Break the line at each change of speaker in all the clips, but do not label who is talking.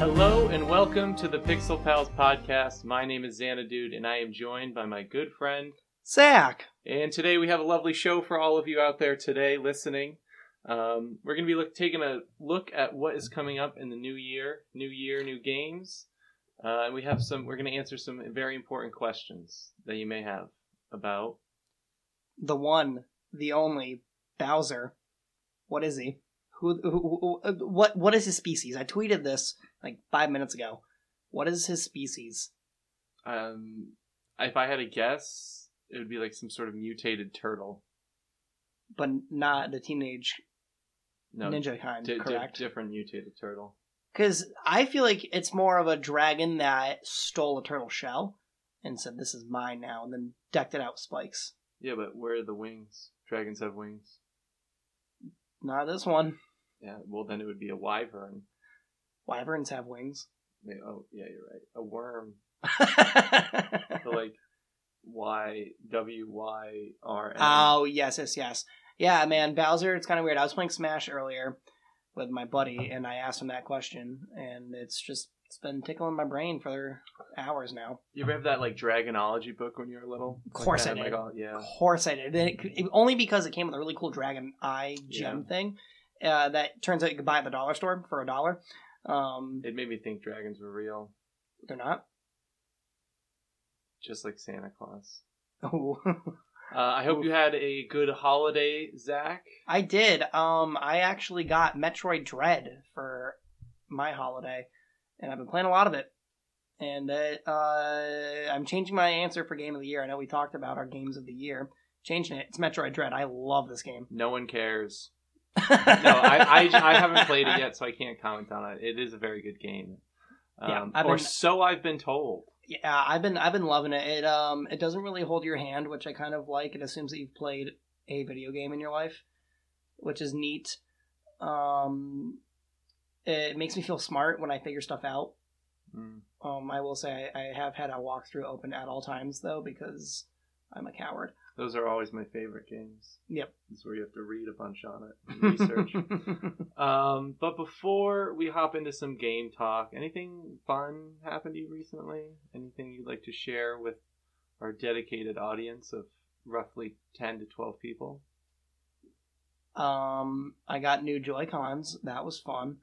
Hello and welcome to the Pixel Pals podcast. My name is Xanadude and I am joined by my good friend.
Zach.
And today we have a lovely show for all of you out there today listening. Um, we're going to be look, taking a look at what is coming up in the new year, new year, new games. Uh, and we have some, we're going to answer some very important questions that you may have about
the one, the only Bowser. What is he? Who, who, who- who- What? What is his species? I tweeted this like five minutes ago. What is his species?
Um, if I had a guess, it would be like some sort of mutated turtle.
But not the teenage
No,
ninja kind,
di- di-
correct?
different mutated turtle.
Because I feel like it's more of a dragon that stole a turtle shell and said, "This is mine now," and then decked it out with spikes.
Yeah, but where are the wings? Dragons have wings.
Not this one.
Yeah, well then it would be a wyvern.
Wyverns have wings.
They- oh yeah, you're right. A worm. So, like Y W Y R N.
Oh yes, yes, yes. Yeah, man, Bowser. It's kind of weird. I was playing Smash earlier with my buddy, and I asked him that question, and it's just it's been tickling my brain for hours now.
You ever have that like dragonology book when you were little? Of
course I did.
yeah.
Of course I did. And it, it- only because it came with a really cool dragon eye gem thing uh, that turns out you could buy at the dollar store for a dollar. Um,
It made me think dragons were real,
they're not.
just like Santa Claus.
Oh.
Uh, I hope you had a good holiday, Zach.
I did. Um, I actually got Metroid Dread for my holiday, and I've been playing a lot of it. And uh, uh, I'm changing my answer for game of the year. I know we talked about our games of the year. Changing it. It's Metroid Dread. I love this game.
No one cares. no, I, I, I haven't played it yet, so I can't comment on it. It is a very good game.
Yeah,
Um,
I've
or
been-
so I've been told.
Yeah, I've been I've been loving it. It um it doesn't really hold your hand, which I kind of like. It assumes that you've played a video game in your life, which is neat. Um, it makes me feel smart when I figure stuff out.
Mm.
Um, I will say I, I have had a walkthrough open at all times though because I'm a coward.
Those are always my favorite games.
Yep.
It's where you have to read a bunch on it, and research. um, but before we hop into some game talk, anything fun happened to you recently? Anything you'd like to share with our dedicated audience of roughly ten to twelve people?
um, I got new Joy Cons. That was fun.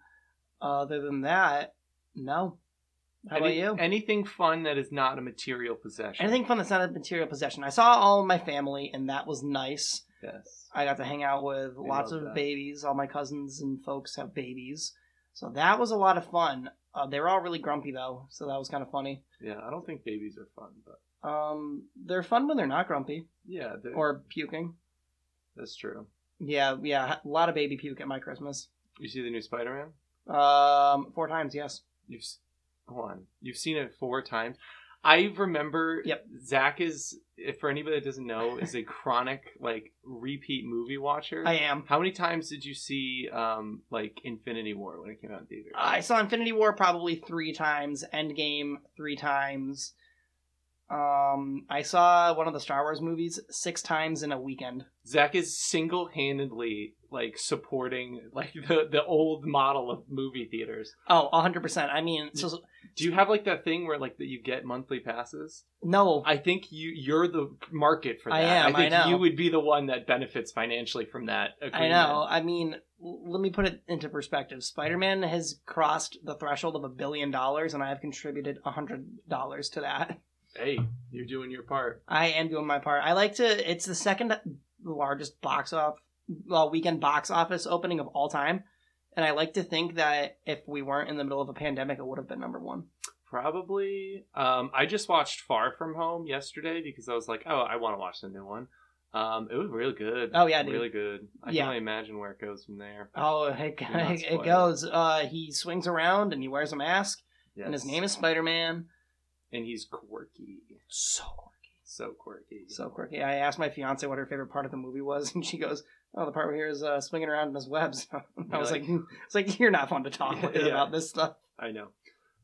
Other than that, no. How
Any-
about you?
Anything fun that is not a material possession?
Anything fun that's not a material possession. I saw all of my family, and that was nice.
Yes.
I got to hang out with
I
lots
love
of
that.
babies. All my cousins and folks have babies, so that was a lot of fun. Uh, they were all really grumpy though, so that was kind of funny.
Yeah, I don't think babies are fun, but
Um, they're fun when they're not grumpy
yeah, they're-
or puking.
that's true.
Yeah, yeah, a lot of baby puke at my Christmas.
You see the new Spider-Man?
Um, four times, yes.
You've s- hold on. You've seen it four times. I remember.
Yep.
Zach is, if for anybody that doesn't know, is a chronic like repeat movie watcher.
I am.
How many times did you see um like Infinity War when it came out in theaters?
I saw Infinity War probably three times, Endgame three times. Um, I saw one of the Star Wars movies six times in a weekend.
Zach is single handedly like supporting like the the old model of movie theaters.
Oh, 100%. I mean, so,
Do you have like that thing where like that you get monthly passes?
no,
I think you you're the market for that.
I am,
think
I know.
you would be the one that benefits financially from that. Agreement.
I know. I mean, l- let me put it into perspective. Spider Man has crossed the threshold of a billion dollars, and I have contributed a hundred dollars to that.
Hey, you're doing your part.
I am doing my part. I like to. It's the second largest box off, well, weekend box office opening of all time, and I like to think that if we weren't in the middle of a pandemic, it would have been number one.
Probably. Um, I just watched Far From Home yesterday because I was like, oh, I want to watch the new one. Um, it was real good.
Oh, yeah, dude.
really good. I
Yeah.
can only imagine where it goes from there.
Oh, it,
Do not
it,
spoil
it goes. Uh, he swings around and he wears a mask, and his
Yes.
name is Spider Man.
and he's quirky,
So
so quirky.
So quirky. I asked my fiance what her favorite part of the movie was, and she goes, "Oh, the part where he was uh, swinging around in his webs." I
You're
was
like-
like, "It's like you're not fun to talk with
Yeah.
about this stuff."
I know.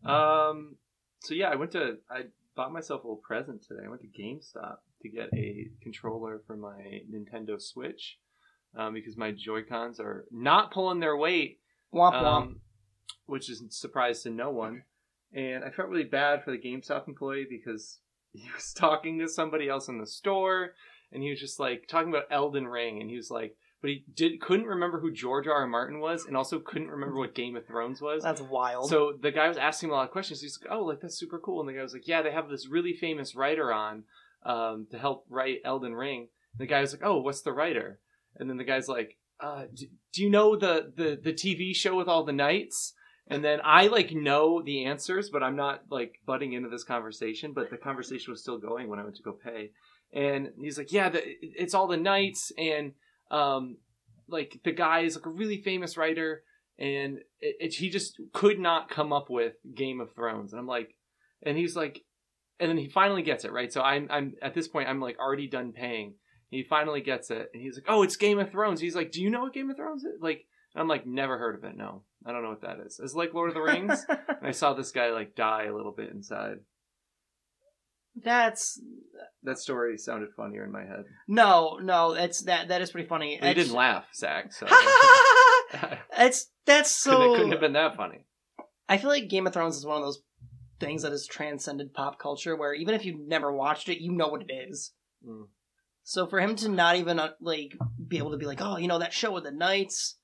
Um, so yeah, I went to I bought myself a little present today. I went to GameStop to get a controller for my Nintendo Switch um, because my Joy Cons are not pulling their weight.
Womp womp.
Um, which is a surprise to no one. And I felt really bad for the GameStop employee because he was talking to somebody else in the store, and he was just like talking about Elden Ring, and he was like, but he did couldn't remember who George R. R. Martin was, and also couldn't remember what Game of Thrones was.
That's wild.
So the guy was asking him a lot of questions. He's like, "Oh, like that's super cool." And the guy was like, "Yeah, they have this really famous writer on um, to help write Elden Ring." And the guy was like, "Oh, what's the writer?" And then the guy's like, uh, do, "Do you know the, the the TV show with all the knights?" And then I like know the answers, but I'm not like butting into this conversation. But the conversation was still going when I went to go pay, and he's like, "Yeah, the, it's all the knights and." Um, like the guy is like a really famous writer and it, it, he just could not come up with Game of Thrones. And I'm like, and he's like, and then he finally gets it right. So I'm, I'm at this point, I'm like already done paying. He finally gets it, and he's like, "Oh, it's Game of Thrones." He's like, "Do you know what Game of Thrones is?" Like, and I'm like, "Never heard of it. No, I don't know what that is." It's like Lord of the Rings, and I saw this guy like die a little bit inside.
That's
That story sounded funnier in my head.
no, no. That's that. That is pretty funny.
Well, you
It's-
didn't laugh, Zach. So
it's that's
couldn't,
so.
it couldn't have been that funny.
I feel like Game of Thrones is one of those things that has transcended pop culture, where even if you've never watched it, you know what it is.
Mm.
So for him to not even uh, like be able to be like, oh, you know that show with the knights,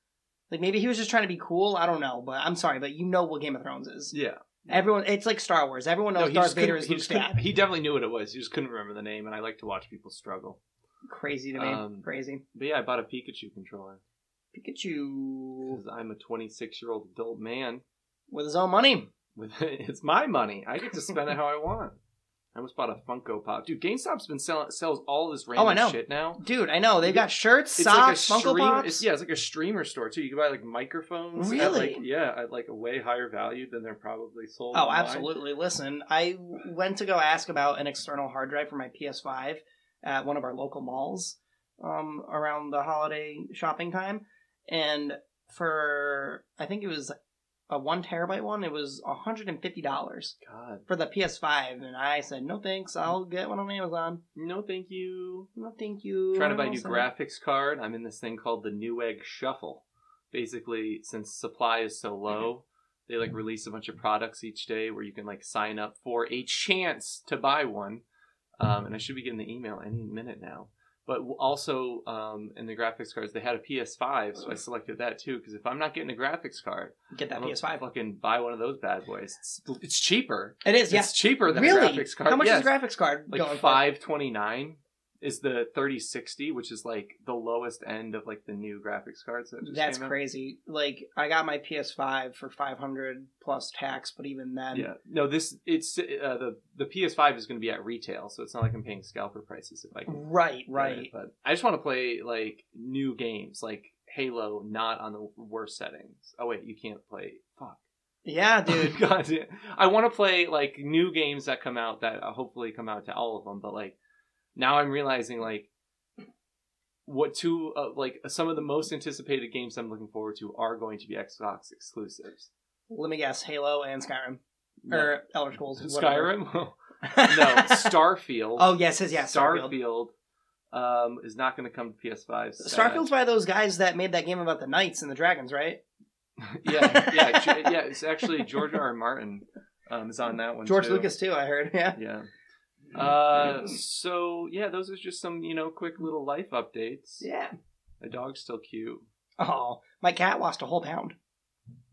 like maybe he was just trying to be cool. I don't know, but I'm sorry, but you know what Game of Thrones is.
Yeah.
Everyone, it's like Star Wars. Everyone knows
he
Darth
just
Vader
couldn't-
is
he
Luke's
just couldn't-
dad.
He definitely knew what it was. He just couldn't remember the name, and I like to watch people struggle.
Crazy to me,
Um,
crazy.
But yeah, I bought a Pikachu controller
Pikachu
because I'm a 26 year old adult man.
with his own money.
With it's my money, I get to spend it how I want. I almost bought a Funko Pop, dude. GameStop's been selling sells all this random
Oh, I know.
shit now.
Dude, I know they've got shirts,
It's
socks,
like a
Funko
stream-
Pops.
It's, yeah, it's like a streamer store too. You can buy like microphones. At
Really?
like, yeah, at like a way higher value than they're probably sold.
Oh,
online.
absolutely. Listen, I went to go ask about an external hard drive for my PS5 at one of our local malls um, around the holiday shopping time. And for, I think it was a one terabyte one, it was $150
God,
for the PS5. And I said, no thanks, I'll get one on Amazon.
no, thank you.
No, thank you.
trying to buy a
Amazon.
new graphics card. I'm in this thing called the Newegg Shuffle. Basically, since supply is so low, they like release a bunch of products each day where you can like sign up for a chance to buy one. Um, and I should be getting the email any minute now. But w- also um, in the graphics cards, they had a PS5, so I selected that too because if I'm not getting a graphics card,
Get that
I'm gonna
PS5.
fucking buy one of those bad boys. It's, it's cheaper.
It is, yes.
It's cheaper than
Really?
a graphics card.
How much
Yes
is a graphics card going
like
for?
five twenty nine is the thirty sixty, which is like the lowest end of like the new graphics cards. That just
That's
came out.
crazy. Like I got my PS5 for 500 plus tax, but even then,
Yeah, no, this it's uh, the the PS Five is going to be at retail, so it's not like I'm paying scalper prices if I can. get
right,
it,
right.
but I just want to play like new games, like Halo, not on the worst settings. Oh wait, you can't play. Fuck,
Yeah, dude.
God damn. I want to play like new games that come out that uh, hopefully come out to all of them, but like now I'm realizing like what two uh, like some of the most anticipated games I'm looking forward to are going to be Xbox exclusives.
Let me guess: Halo and Skyrim
No.
or Elder Scrolls. whatever.
Skyrim? no, Starfield.
oh yes, yes, yes. Starfield.
Starfield um, is not going to come to PS5. sad.
Starfield's by those guys that made that game about the knights and the dragons, right?
yeah, yeah, Ge- yeah. It's actually George R. R. Martin um, is on that one.
George
too.
Lucas too. I heard. Yeah.
yeah uh so yeah those are just some you know quick little life updates
Yeah.
the dog's still cute
Oh, my cat lost a whole pound.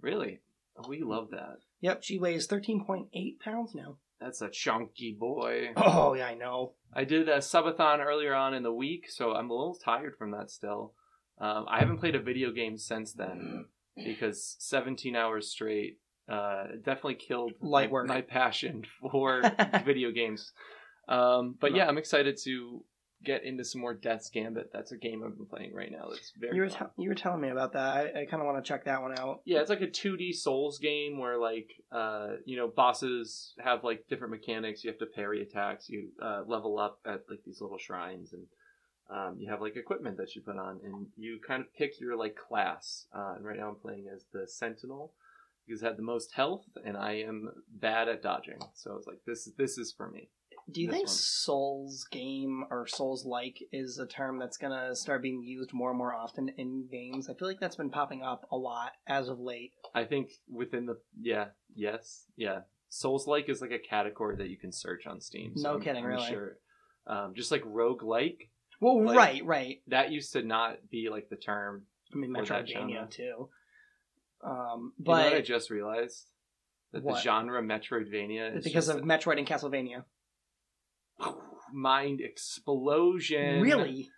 really we love that
Yep, she weighs 13.8 pounds now.
that's a chunky boy
Oh yeah, I know.
i did a subathon earlier on in the week so i'm a little tired from that still um, i haven't played a video game since then because 17 hours straight uh, definitely killed
Light work.
my passion for video games um, but yeah i'm excited to get into some more death's gambit that's a game i've been playing right now that's very
You were
fun.
te- you were telling me about that. I, I kind of want to check that one out.
yeah it's like a 2d souls game where like uh you know bosses have like different mechanics you have to parry attacks you uh, level up at like these little shrines and um, you have like equipment that you put on and you kind of pick your like class uh, and right now i'm playing as the sentinel because i had the most health and i am bad at dodging so i was like this this is for me
Do you
This
think
one.
Souls game or Souls like is a term that's gonna start being used more and more often in games? I feel like that's been popping up a lot as of late.
I think within the yeah, yes, yeah. Souls like is like a category that you can search on Steam.
No
I'm-
kidding,
I'm
really.
Sure. Um, just like rogue like
Well,
Like-
right, right.
that used to not be like the term.
I mean,
Or that genre.
Metroidvania too. Um,
You know
but
what I just realized that
What?
the genre Metroidvania is
because
just
of Metroid and Castlevania,
a mind explosion.
really,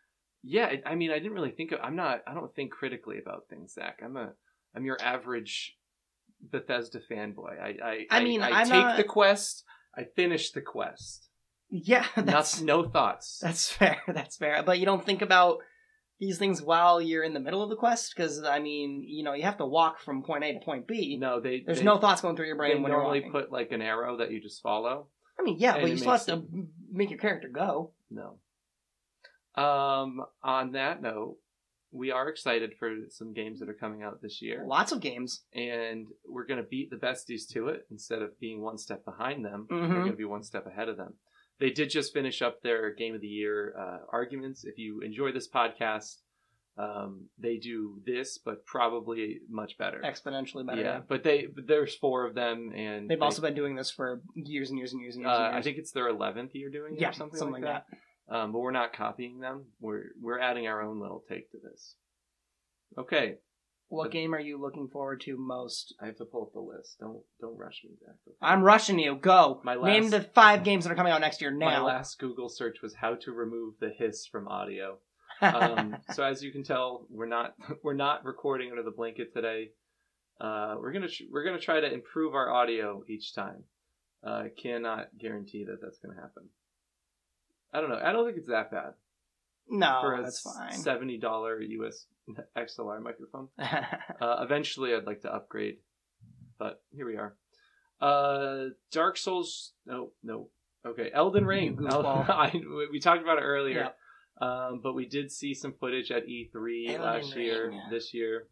Yeah. I- I mean, I didn't really think. Of, I'm not. I don't think critically about things, Zach. I'm a. I'm your average Bethesda fanboy. I. I,
I mean,
I,
I'm
take
not-
the quest. I finish the quest.
yeah. That's
That's no thoughts.
that's fair. That's fair. But you don't think about these things while you're in the middle of the quest because I mean, you know, you have to walk from point A to point B.
No, they.
There's
they-
no thoughts going through your
They
brain when
normally
you're walking.
put like an arrow that you just follow.
I mean, yeah,
and
but
it
you still
makes
have to m- make your character go.
No. Um. On that note, we are excited for some games that are coming out this year,
Lots of games.
and we're gonna beat the besties to it instead of being one step behind them.
Mhm.
We're gonna be one step ahead of them. They did just finish up their game of the year uh, arguments. If you enjoy this podcast, um, they do this, but probably much better.
Exponentially better.
yeah,
Yeah.
but they but there's four of them, and
They've
they-
also been doing this for years and years and years and years.
Uh,
and
I
years.
think it's their eleventh year doing it
yeah,
or something, like, that. Um, but we're not copying them. We're we're adding our own little take to this. Okay,
What game are you looking forward to most?
I have to pull up the list. Don't don't rush me back. okay?
I'm rushing you. Go.
My
Name
last-
the five games that are coming out next year
My
now.
last Google search was how to remove the hiss from audio. Um, so as you can tell, we're not we're not recording under the blanket today. Uh, we're gonna sh- we're gonna try to improve our audio each time. Uh, I cannot guarantee that that's gonna happen. I don't know. I don't think it's that bad for
no,
a
Oh, that's fine.
seventy dollar US XLR microphone. Uh, eventually, I'd like to upgrade, but here we are. Uh, Dark Souls. No, no. Okay, Elden Ring.
You
El-
goofball.
I, we- we talked about it earlier, um, but we did see some footage at E3
Elden
last year.
Ring.
This year,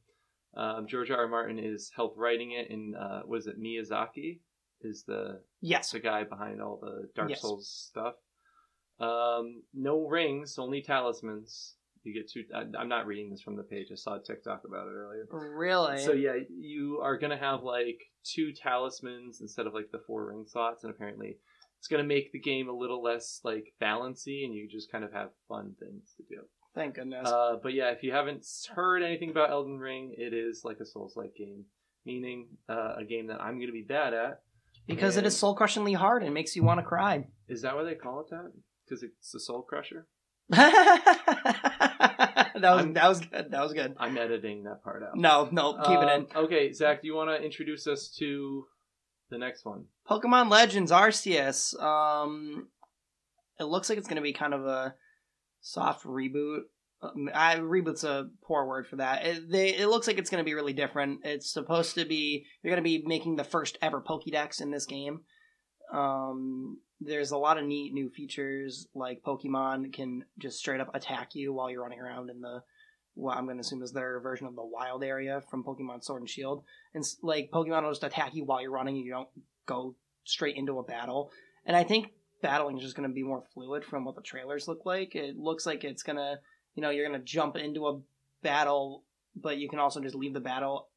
um, George R. R. Martin is helped writing it, and uh, was it Miyazaki? Is the
yes.
the guy behind all the Dark
Yes.
Souls stuff? Um, no rings, only talismans. You get two. I, I'm not reading this from the page. I saw a TikTok about it earlier.
Really?
So yeah, you are gonna have like two talismans instead of like the four ring slots, and apparently it's gonna make the game a little less like balancy, and you just kind of have fun things to do.
Thank goodness.
Uh, but yeah, if you haven't heard anything about Elden Ring, it is like a Souls-like game, meaning uh, a game that I'm gonna be bad at.
because it
and-
is soul crushingly hard and makes you want to cry.
Is that why they call it that? Because it's a soul crusher.
that was
I'm-
that was good. That was good.
I'm editing that part out.
No, no, keep it in.
Um, Okay, Zach, do you want to introduce us to the next one?
Pokemon Legends Arceus. Um, it looks like it's going to be kind of a soft reboot. Um, I, reboot's a poor word for that. It, they, it looks like it's going to be really different. It's supposed to be you're going to be making the first ever Pokédex in this game. Um, there's a lot of neat new features, like Pokemon can just straight up attack you while you're running around in the what I'm going to assume is their version of the wild area from Pokemon Sword and Shield. And s- like Pokemon will just attack you while you're running. You don't go straight into a battle. And I think battling is just going to be more fluid from what the trailers look like. It looks like it's going to, you know, you're going to jump into a battle, but you can also just leave the battle.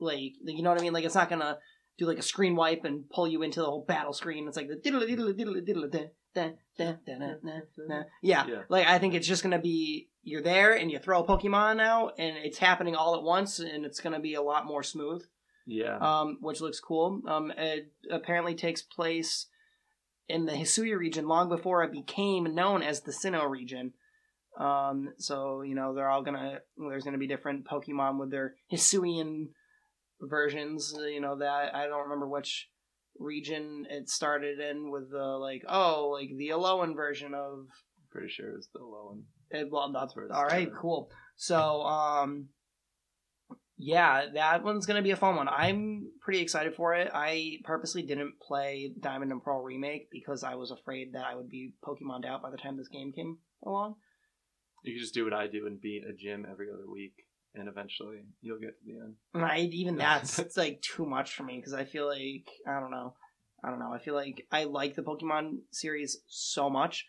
Like, you know what I mean? Like, it's not going to do like a screen wipe and pull you into the whole battle screen. It's like the diddle diddle diddle diddle da da da da da da da. Yeah.
Yeah.
Like, I think it's just going to be you're there and you throw a Pokemon out and it's happening all at once and it's going to be a lot more smooth
Yeah.
um, which looks cool. Um, it apparently takes place in the Hisuya region long before it became known as the Sinnoh region. Um, so you know they're all gonna there's gonna be different Pokemon with their Hisuian versions. You know that I don't remember which region it started in with the like oh like the Alolan version of
pretty sure it was the low one.
it, well, that's
That's where it
all right.
started.
Cool. So, um, yeah, that one's gonna be a fun one. I'm pretty excited for it. I purposely didn't play Diamond and Pearl remake because I was afraid that I would be Pokemoned out by the time this game came along.
You can just do what I do and be a gym every other week, and eventually you'll get to the end.
And I even that's it's like too much for me because I feel like I don't know. I don't know. I feel like I like the Pokemon series so much,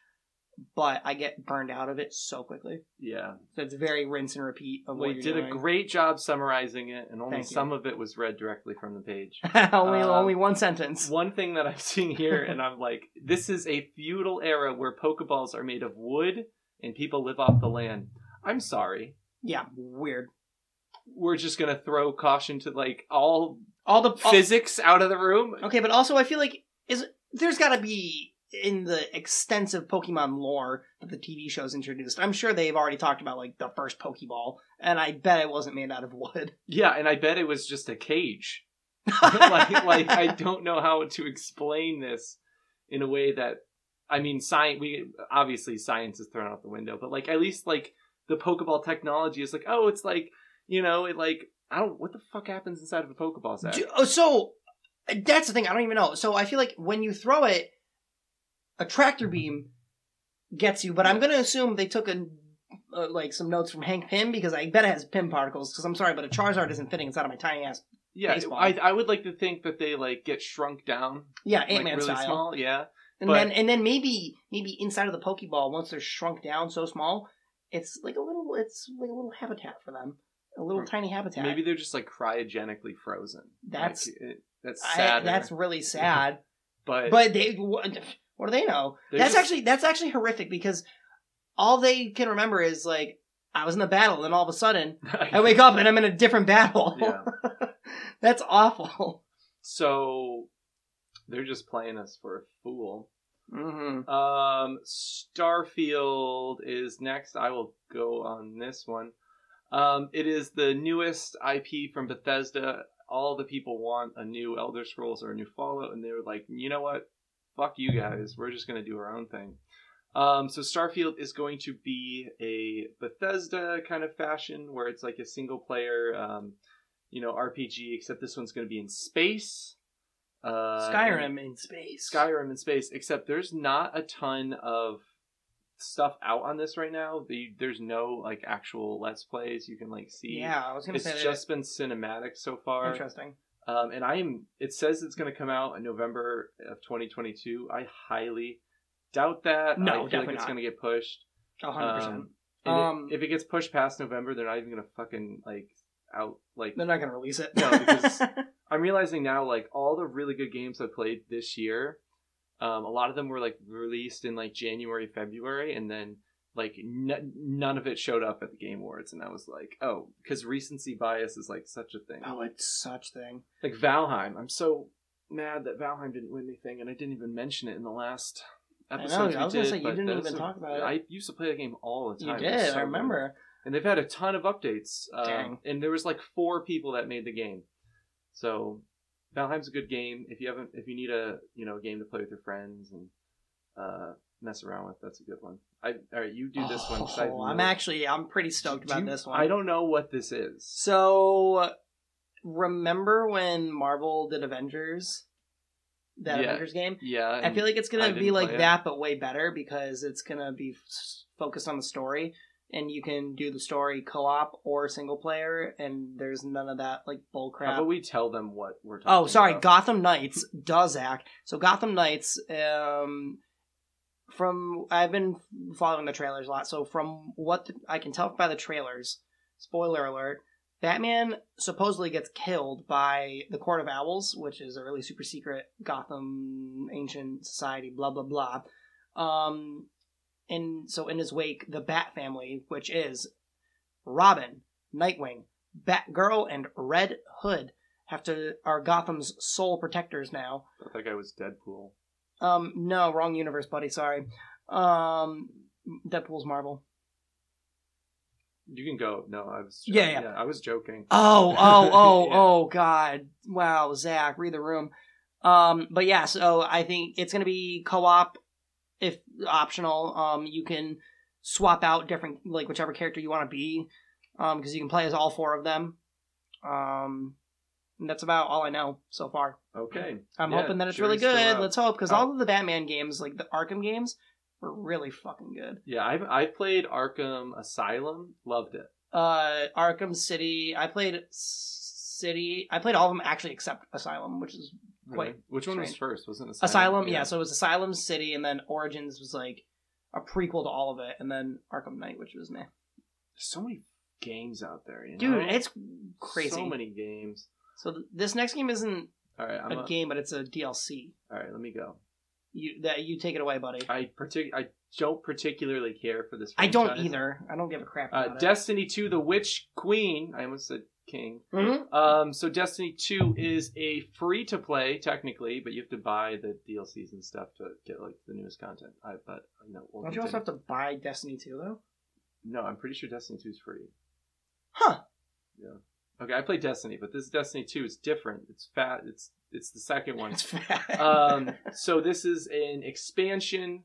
but I get burned out of it so quickly.
Yeah.
So it's very rinse and repeat of what
We
you're
did a
doing.
great job summarizing it, and only
Thank you.
some of it was read directly from the page.
only
um,
only one sentence.
One thing that I'm seeing here, and I'm like, this is a feudal era where Pokeballs are made of wood and people live off the land. I'm sorry.
Yeah, weird.
We're just going to throw caution to like all
All the all-
physics out of the room.
Okay, but also I feel like is there's got to be in the extensive Pokemon lore that the TV shows introduced. I'm sure they've already talked about like the first Pokeball, and I bet it wasn't made out of wood.
Yeah, and I bet it was just a cage. like, like I don't know how to explain this in a way that I mean, science. We obviously science is thrown out the window, but like at least like the Pokeball technology is like, oh, it's like you know, it like I don't what the fuck happens inside of a Pokeball Zach?
Do- oh, so uh, that's the thing. I don't even know. So I feel like when you throw it, a tractor
Mm-hmm.
beam gets you. But I'm
Yeah.
going to assume they took a uh, like some notes from Hank Pym because I bet it has Pym particles. Because I'm sorry, but a Charizard isn't fitting inside of my tiny ass.
yeah,
baseball.
I I would like to think that they like get shrunk down,
Yeah, Ant
like
Man
really
style.
small. Yeah,
And
But-
then and then maybe maybe inside of the Pokeball, once they're shrunk down so small, it's like a little it's like a little habitat for them. A little
Hmm.
tiny habitat.
maybe they're just like cryogenically frozen.
That's-
Like, it, that's
I,
sad.
that's really sad.
but,
but they what, what do they know?
they're
that's
just-
actually that's actually horrific because all they can remember is like I was in the battle and all of a sudden I wake up and I'm in a different battle.
yeah.
that's awful.
So they're just playing us for a fool.
Mm-hmm.
Um, Starfield is next. I will go on this one. Um, it is the newest IP from Bethesda. All the people want a new Elder Scrolls or a new Fallout, and they were like, you know what? Fuck you
Mm-hmm.
guys. We're just going to do our own thing. Um, so Starfield is going to be a Bethesda kind of fashion where it's like a single player, um, you know, RPG, except this one's going to be in space. Uh,
Skyrim in space.
Skyrim in space, except there's not a ton of stuff out on this right now. The, there's no like actual let's plays you can like see.
Yeah, I was gonna
it's
say that.
just been cinematic so far.
interesting.
Um, and I am. It says it's going to come out in November of 2022. I highly doubt that.
No,
I feel like
definitely
it's
not.
going to get pushed.
A hundred percent.
Um, and it-
Um,
if it gets pushed past November, they're not even going to fucking like out like
They're not gonna release it.
No, because- I'm realizing now, like all the really good games I played this year, um, a lot of them were like released in like January, February, and then like n- none of it showed up at the Game Awards, and I was like, oh, because recency bias is like such a thing.
oh, it's such thing.
Like Valheim, I'm so mad that Valheim didn't win anything, and I didn't even mention it in the last
know,
episode.
I was
we
gonna
did,
say, you
but
didn't
those
even
are-
talk about it.
I used to play the game all the
You
time. It was
did.
so
I
good.
remember.
And they've had a ton of updates. Um,
Dang.
and there was like four people that made the game. So Valheim's a good game. If you haven't, if you need a you know a game to play with your friends and uh, mess around with, that's a good one. I all right, you do this one. 'cause I have
Oh, I'm
no-
actually I'm pretty stoked
Do
about
you-
this one.
I don't know what this is.
So remember when Marvel did Avengers? That
Yeah.
Avengers game.
Yeah,
I feel like it's
I
gonna
didn't
be like
play it.
that, but way better because it's gonna be f- focused on the story, and you can do the story co-op or single player, and there's none of that like bull
How
crap.
about we tell them what we're talking?
Oh, sorry,
about?
Gotham Knights does act. So Gotham Knights, um, from I've been following the trailers a lot. So from what the, I can tell by the trailers, spoiler alert, Batman supposedly gets killed by the Court of Owls, which is a really super secret Gotham ancient society. Blah blah blah. Um, and so in his wake, the Bat family, which is Robin, Nightwing, Batgirl, and Red Hood, have to are Gotham's sole protectors now.
I thought that guy was Deadpool.
Um, no, wrong universe, buddy. Sorry. Um, Deadpool's Marvel.
You can go. No, I was.
Yeah, yeah.
I was joking.
Oh, oh, oh,
Yeah.
oh, God! Wow, Zach, read the room. Um, but yeah, so I think it's gonna be co-op, if optional. Um, you can swap out different, like whichever character you want to be, um, because you can play as all four of them. Um, and that's about all I know so far.
Okay.
I'm
Yeah,
hoping that it's
jury's
really
still
good.
out.
Let's hope because
Oh.
all of the Batman games, like the Arkham games, were really fucking good.
Yeah, I've I played Arkham Asylum. Loved it.
Uh, Arkham City. I played S- City. I played all of them actually except Asylum, which is
Really?
Quite
Which one was
strange.
first? Wasn't it
Asylum, yeah. So it was Asylum City, and then Origins was like a prequel to all of it, and then Arkham Knight, which was meh.
There's so many games out there, you
Dude,
know?
it's crazy.
So many games.
So th- this next game isn't
All right, I'm
a
a-
game, but it's a DLC.
all right. Let me go.
You that you take it away, buddy.
I partic- I don't particularly care for this.
I don't
franchise.
either. I don't give a crap
Uh,
about it.
Destiny 2, The Witch Queen. I almost said King.
Mhm.
Um, so Destiny 2 is a free to play technically, but you have to buy the DLCs and stuff to get like the newest content. I but you know, we'll
Don't you also
continue.
have to buy Destiny 2, though?
No, I'm pretty sure Destiny 2 is free.
Huh.
Yeah. Okay, I played Destiny, but this Destiny 2 is different. It's fat. It's it's the second one.
It's fat.
um, so this is an expansion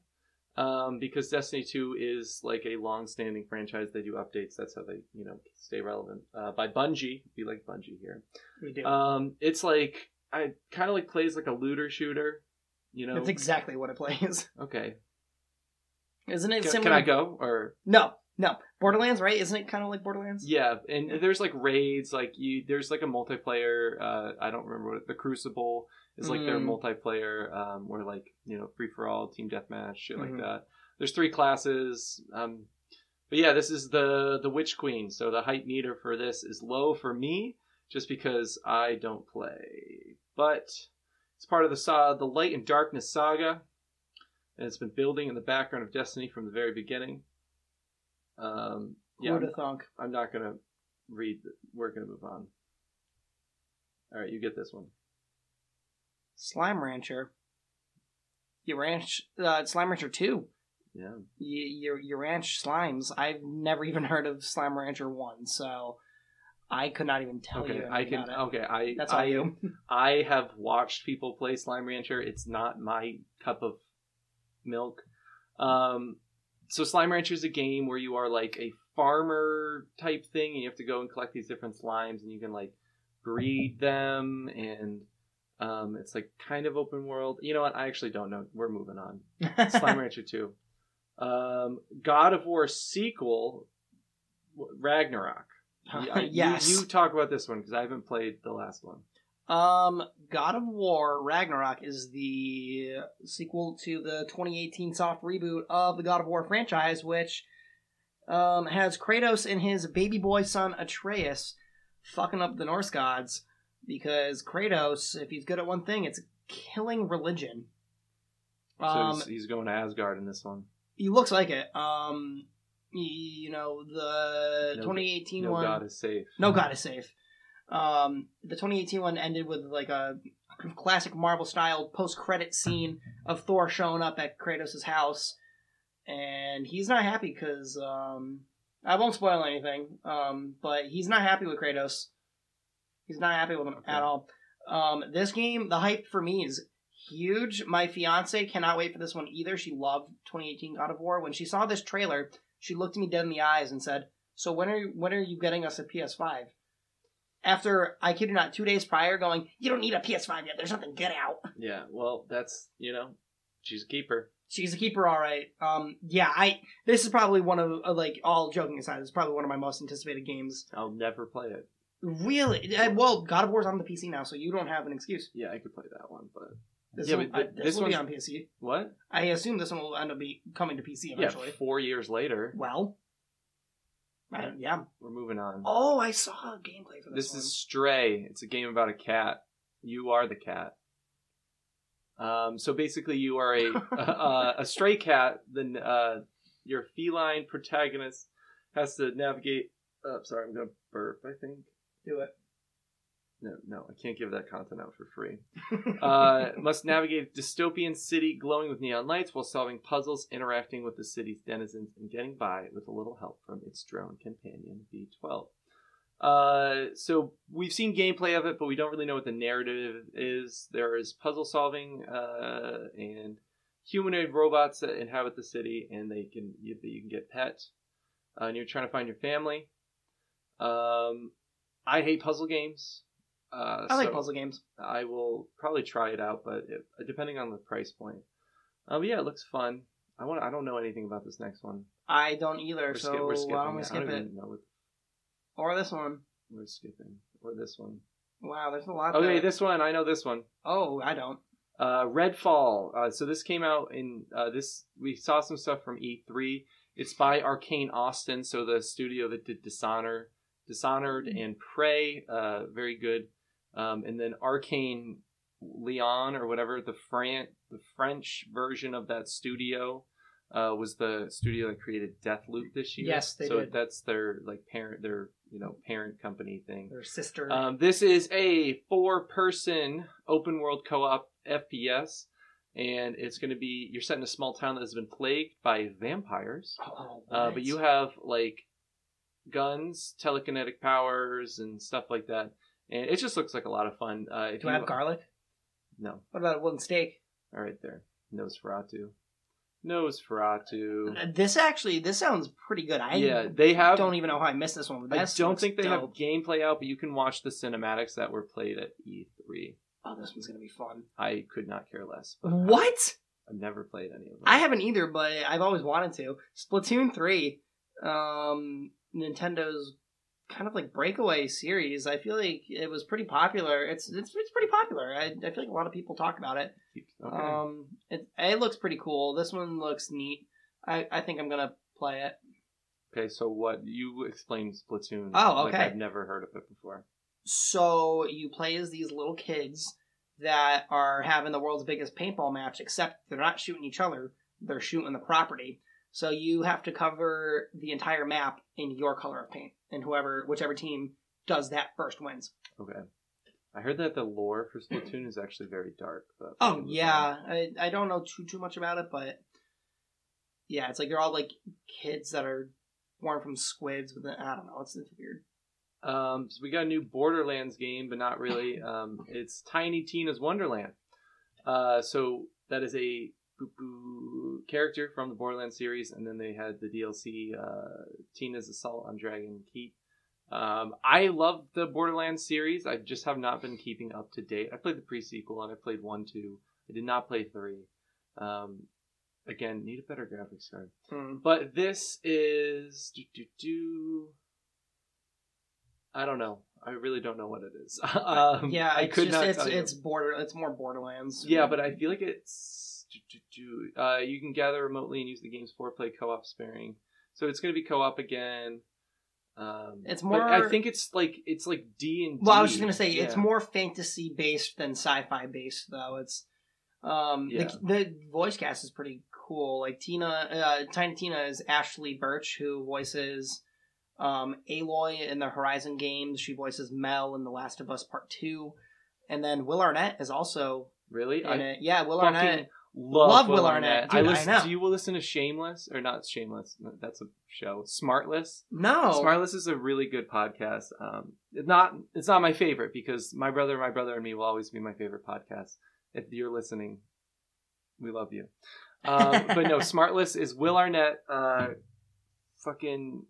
um, because Destiny 2 is like a long-standing franchise. They do updates. That's how they, you know, stay relevant. Uh, by Bungie, we like Bungie here.
we do.
Um, it's like I kind of like plays like a looter shooter. You know,
That's exactly what it plays.
okay.
Isn't it
Can,
similar?
can I go or
No, no. Borderlands, right? Isn't it kind of like Borderlands?
yeah? And there's like raids, like you. There's like a multiplayer. Uh, I don't remember what it, the Crucible is like their
Mm.
multiplayer, um, where like you know free for all, team deathmatch, shit
Mhm.
like that. There's three classes. Um, but yeah, this is the the Witch Queen. So the hype meter for this is low for me, just because I don't play. But it's part of the sa the Light and Darkness saga, and it's been building in the background of Destiny from the very beginning. Um, yeah,
Who'da
I'm,
thunk?
I'm not gonna read. The, we're gonna move on. All right, you get this one.
Slime Rancher. You ranch uh, Slime Rancher Two.
Yeah.
You, you you ranch slimes. I've never even heard of Slime Rancher One, so I could not even tell
Okay,
you.
I
anything
can.
About it.
Okay, I.
That's all
I,
you.
I have watched people play Slime Rancher. It's not my cup of milk. Um, so Slime Rancher is a game where you are like a farmer type thing, and you have to go and collect these different slimes, and you can like breed them, and um, it's like kind of open world. You know what? I actually don't know. We're moving on. Slime Rancher 2. Um, God of War sequel, w- Ragnarok. Yeah, I- you-
Uh, yes.
you talk about this one because I haven't played the last one.
Um, God of War Ragnarok is the sequel to the 2018 soft reboot of the God of War franchise, which um, has Kratos and his baby boy son Atreus fucking up the Norse gods because Kratos, if he's good at one thing, it's killing religion.
So
Um,
he's, he's going to Asgard in this one.
he looks like it. Um, y- you know the
No-
2018
No
one.
god is safe.
No God is safe. Um, the 2018 one ended with like a classic Marvel style post credit scene of Thor showing up at Kratos' house, and he's not happy because um, I won't spoil anything, um, but he's not happy with Kratos. He's not happy with him
Okay.
at all. Um, this game, the hype for me is huge. My fiance cannot wait for this one either. She loved 2018 God of War. When she saw this trailer, she looked me dead in the eyes and said, "So when are when are you getting us a PS5?" After I kid you not, two days prior, going, "You don't need a PS5 yet. There's nothing good out."
Yeah, well, that's you know, she's a keeper.
She's a keeper, all right. Um, yeah, I this is probably one of uh, like all joking aside, this is probably one of my most anticipated games.
I'll never play it.
Really? Uh, well, God of War's on the PC now, so you don't have an excuse.
Yeah, I could play that one, but
This
Yeah,
will,
but th-
uh, this
this
will be on
one's-
PC.
what?
I assume this one will end up be coming to PC eventually.
Yeah, four years later,
Well, I- yeah.
we're moving on.
Oh, I saw a gameplay for this.
this is Stray. It's a game about a cat. You are the cat. Um, so basically, you are a a, a stray cat. Then uh, your feline protagonist has to navigate. Uh, sorry, I'm gonna burp. I think.
one. do it.
No, no, I can't give that content out for free. uh, must navigate a dystopian city glowing with neon lights while solving puzzles, interacting with the city's denizens, and getting by with a little help from its drone companion, B12. Uh, so we've seen gameplay of it, but we don't really know what the narrative is. There is puzzle solving uh, and humanoid robots that inhabit the city, and they can you, you can get pet, uh, and you're trying to find your family. Um, I hate puzzle games. Uh,
I like
so-
puzzle games.
I will probably try it out, but it, depending on the price point. Uh, but yeah, it looks fun. I want. I don't know anything about this next one.
I don't either,
We're,
so
skip- we're skipping.
why don't
it.
we
I
skip
don't
it?
even know what
Or this one.
we're skipping or this one.
Wow, there's a lot.
Okay,
there.
this one I know this one.
Oh, I don't.
Uh, Redfall. Uh, so this came out in uh, this. We saw some stuff from E3. It's by Arcane Austin, so the studio that did Dishonor, Dishonored,
Mm-hmm.
and Prey. Uh, very good. Um, and then Arcane Leon or whatever the Fran- the French version of that studio uh, was the studio that created Deathloop this year.
Yes, they
so
did.
that's their like parent, their you know parent company thing.
Their sister.
Um, this is a four-person open world co-op FPS, and it's going to be you're set in a small town that has been plagued by vampires,
oh,
uh,
what?
but you have like guns, telekinetic powers, and stuff like that. And it just looks like a lot of fun. Uh, if
do I
you-
have garlic?
No,
What about a wooden stake?
all right there, Nosferatu, Nosferatu.
Uh, This actually, this sounds pretty good. I
yeah, they have.
don't even know how I missed this one. But
I
that
don't
looks
think they have
dope.
gameplay out, but you can watch the cinematics that were played at E3.
Oh, this one's gonna be fun.
I could not care less. But
What?
I've never played any of them.
I haven't either, but I've always wanted to. Splatoon three, um, Nintendo's kind of like breakaway series. I feel like it was pretty popular. It's it's, it's pretty popular. I, I feel like a lot of people talk about it.
Okay.
Um, it, it looks pretty cool. This one looks neat. I, I think I'm gonna play it.
okay, so what you explained Splatoon?
Oh,
Like
okay.
I've never heard of it before.
So you play as these little kids that are having the world's biggest paintball match, except they're not shooting each other, they're shooting the property. So you have to cover the entire map in your color of paint, and whoever, whichever team does that first wins.
Okay, I heard that the lore for Splatoon is actually very dark. But
Oh yeah, I, I don't know too too much about it, but yeah, it's like they're all like kids that are born from squids, but then, I don't know, it's, it's weird.
Um, so we got a new Borderlands game, but not really. Um, it's Tiny Tina's Wonderland. Uh, so that is a boo- boo character from the Borderlands series, and then they had the DLC uh, Tina's Assault on Dragon Keep. Um, I love the Borderlands series. I just have not been keeping up to date. I played the prequel and I played one, two. I did not play three. Um, again, need a better graphics card.
Hmm.
But this is do do do. I don't know. I really don't know what it is. um,
yeah,
I
it's
could
just,
not.
It's
tell you.
it's border. It's more Borderlands.
yeah, but I feel like it's do, do, do. Uh, you can gather remotely and use the game's four-play co-op sparing. So it's going to be co-op again. Um,
It's
but
more-
I think it's like it's like D and.
Well, I was just gonna say it's more fantasy based than sci-fi based, though. It's um
Yeah.
the, the voice cast is pretty cool. Like Tina, uh, Tiny Tina is Ashley Birch, who voices um Aloy in the Horizon games. She voices Mel in The Last of Us Part Two, and then Will Arnett is also
really.
in
I
it. Yeah, Will
fucking
Arnett.
love,
love
Will,
Will
Arnett.
Arnett.
I
Dude, I
listen.
know.
Do you listen to Shameless or not? Shameless. That's a show. Smartless.
No,
Smartless is a really good podcast. Um, it's not it's not my favorite because my brother, my brother, and me will always be my favorite podcast. If you're listening, we love you. Um, but no, Smartless is Will Arnett, uh, fucking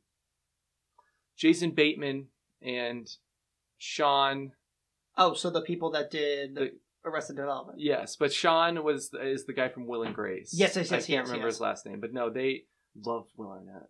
Jason Bateman, and Sean.
oh, so the people that did
The-
Arrested Development.
Yes, but Sean was is the guy from Will and Grace.
Yes, yes, yes,
I can't
yes,
remember
yes.
his last name, but no, they love Will Arnett.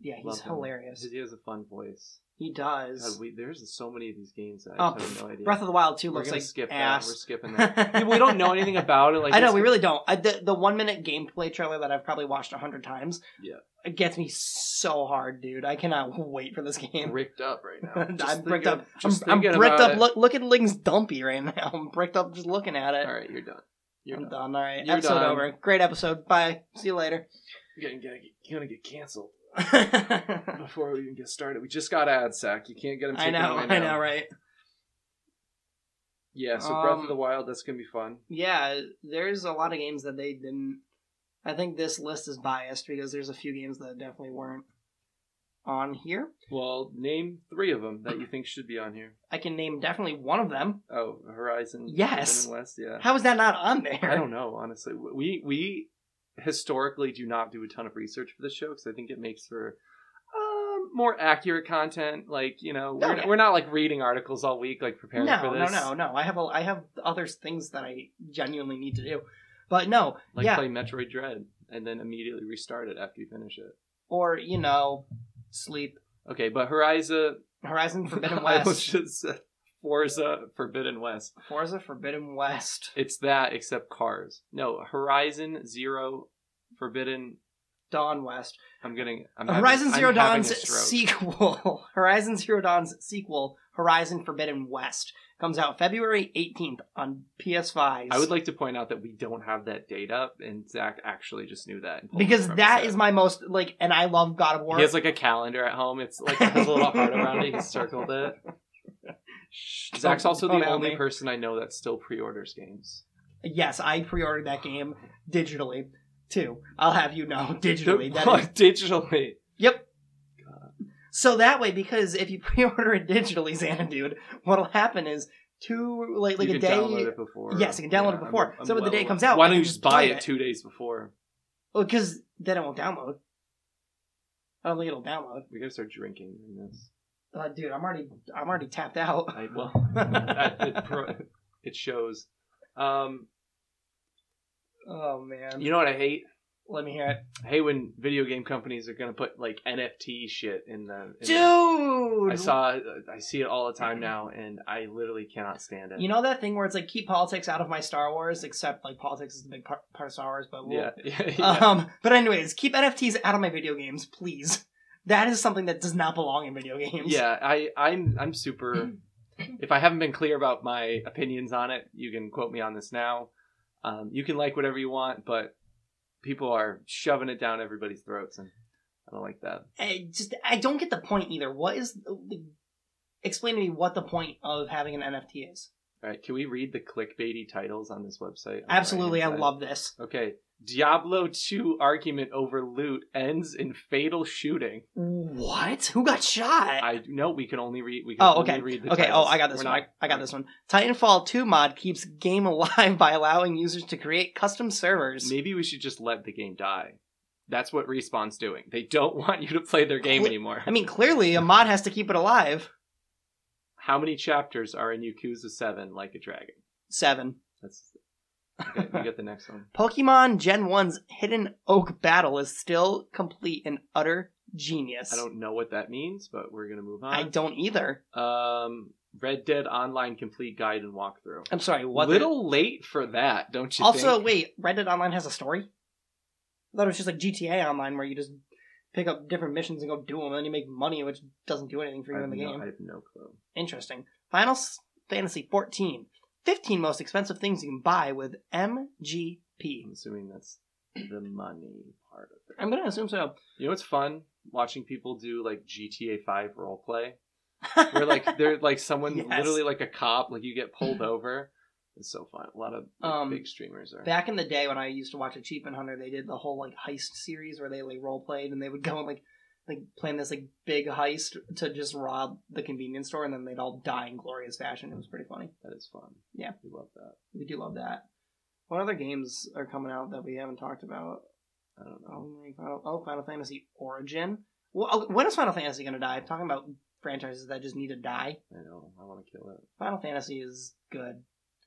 Yeah, he's
Love him.
hilarious.
He has a fun voice.
He does.
God, we, there's so many of these games that I
Oh,
have no idea.
Breath of the Wild Two
We're
looks
gonna
like
skip
ass.
that. We're skipping that. Yeah, we don't know anything about it. Like
I know
it's-
we really don't. I, the the one minute gameplay trailer that I've probably watched a hundred times.
Yeah.
it gets me so hard, dude. I cannot wait for this game.
bricked up right now.
I'm
Just
bricked
thinking-
up. I'm,
just
I'm
thinking
bricked
about
up.
it.
Look, look at Ling's dumpy right now. I'm bricked up just looking at it.
All right, you're done. You're
I'm
done.
done. All right,
You're
episode
done.
over. Great episode. Bye. See you later.
You're gonna, get- you're gonna get canceled
I
before we even get started. We just got ad sack. You can't get them. taken
know.
away
I
now.
know. Right.
Yeah. So Breath of
Um,
the Wild. That's gonna be fun.
Yeah, there's a lot of games that they didn't. I think this list is biased because there's a few games that definitely weren't on here.
Well, name three of them that you think should be on here.
I can name definitely one of them.
Oh, Horizon.
Yes.
Forbidden West. Yeah.
How is that not on there?
I don't know. Honestly, we we historically do not do a ton of research for the show because I think it makes for um, more accurate content. Like you know, we're,
Oh, yeah.
we're not like reading articles all week, like preparing
No,
for
no,
this.
no, no. I have a, I have other things that I genuinely need to do, but no,
Like
yeah,
play Metroid Dread and then immediately restart it after you finish it.
or you know, sleep.
Okay, but Horizon.
Horizon Forbidden
I was
West.
just Forza Forbidden West.
Forza Forbidden West.
It's that except cars. No, Horizon Zero Forbidden.
Dawn West.
I'm getting. I'm
Horizon
having-
Zero
I'm having
Dawn's
a stroke.
sequel, Horizon Zero Dawn's sequel, Horizon Forbidden West, comes out February 18th on PS5.
I would like to point out that we don't have that date up, and Zach actually just knew that. and pulled it
because
from
that
his
is
head.
my most like, and I love God of War.
He has like a calendar at home. It's like has a little heart around it. He circled it.
Shh,
Zach's
don't-
also
don't
the
out
only
me.
person I know that still pre-orders games.
Yes, I pre-ordered that game digitally too. I'll have you know, digitally. That is,
digitally.
yep. So that way, because if you pre-order it digitally, Xana dude, what'll happen is two like like
you
a
can
day.
download it before.
Yes, you can download it
I'm-
before.
I'm
So when the
well
day comes
aware.
out,
why
I
don't
can
you just buy
play
it,
it.
two days before?
Well, because then it won't download. I don't think it'll download.
We gotta start drinking in this.
Uh, dude, I'm already I'm already tapped out.
I, well, that, it, pro- it shows. Um,
oh man.
you know what I hate?
Let me hear it.
I hate when video game companies are gonna put like NFT shit in the. in the-
Dude.
I saw. uh, I see it all the time now, and I literally cannot stand it.
You know that thing where it's like keep politics out of my Star Wars, except like politics is the big part, part of Star Wars, but we'll,
yeah, yeah,
Um, but anyways, keep NFTs out of my video games, please. That is something that does not belong in video games.
yeah. I, I'm, I'm super. if I haven't been clear about my opinions on it, you can quote me on this now. Um, you can like whatever you want, but people are shoving it down everybody's throats, and I don't like that.
I just I don't get the point either. What is explain to me what the point of having an NFT is?
All right, can we read the clickbaity titles on this website? on the
Absolutely, I
right-hand side?
love this.
Okay, Diablo 2 argument over loot ends in fatal shooting.
What? Who got shot?
I no, we can only read. We can
Oh,
only
okay.
read the
Okay, oh,
titles.
I got this
We're
one.
not-
I got this one. Titanfall 2 mod keeps game alive by allowing users to create custom servers.
Maybe we should just let the game die. That's what Respawn's doing. They don't want you to play their game
Cle-
anymore.
I mean, clearly a mod has to keep it alive.
How many chapters are in Yakuza 7 like a dragon?
7.
That's okay, you get the next one.
Pokemon Gen 1's Hidden Oak battle is still complete and utter genius.
I don't know what that means, but we're gonna move on.
I don't either.
Um Red Dead Online complete guide and walkthrough.
I'm sorry, what?
Little late for that, don't you
also,
think?
wait, Red Dead Online has a story? I thought it was just like GTA Online where you just pick up different missions and go do them and then you make money, which doesn't do anything for
I
you
have,
in the
no,
game.
I have no clue.
Interesting. Final S- Fantasy 14. 15 most expensive things you can buy with MGP.
I'm assuming that's the money part of it.
I'm going to assume so.
You know what's fun? Watching people do like GTA 5 roleplay. Where like they're like someone
Yes.
literally like a cop, like you get pulled over. It's so fun. A lot of like,
Um,
big streamers are.
back in the day when I used to watch Achievement Hunter, they did the whole like heist series where they like role played and they would go and like like plan this like big heist to just rob the convenience store and then they'd all die in glorious fashion. It was pretty funny.
That is fun.
Yeah.
We love that.
We do love that. What other games are coming out that we haven't talked about?
I don't know.
Oh, my Final, oh, Final Fantasy Origin. Well, oh, when is Final Fantasy going to die? I'm talking about franchises that just need to die.
I know. I want to kill it.
Final Fantasy is good.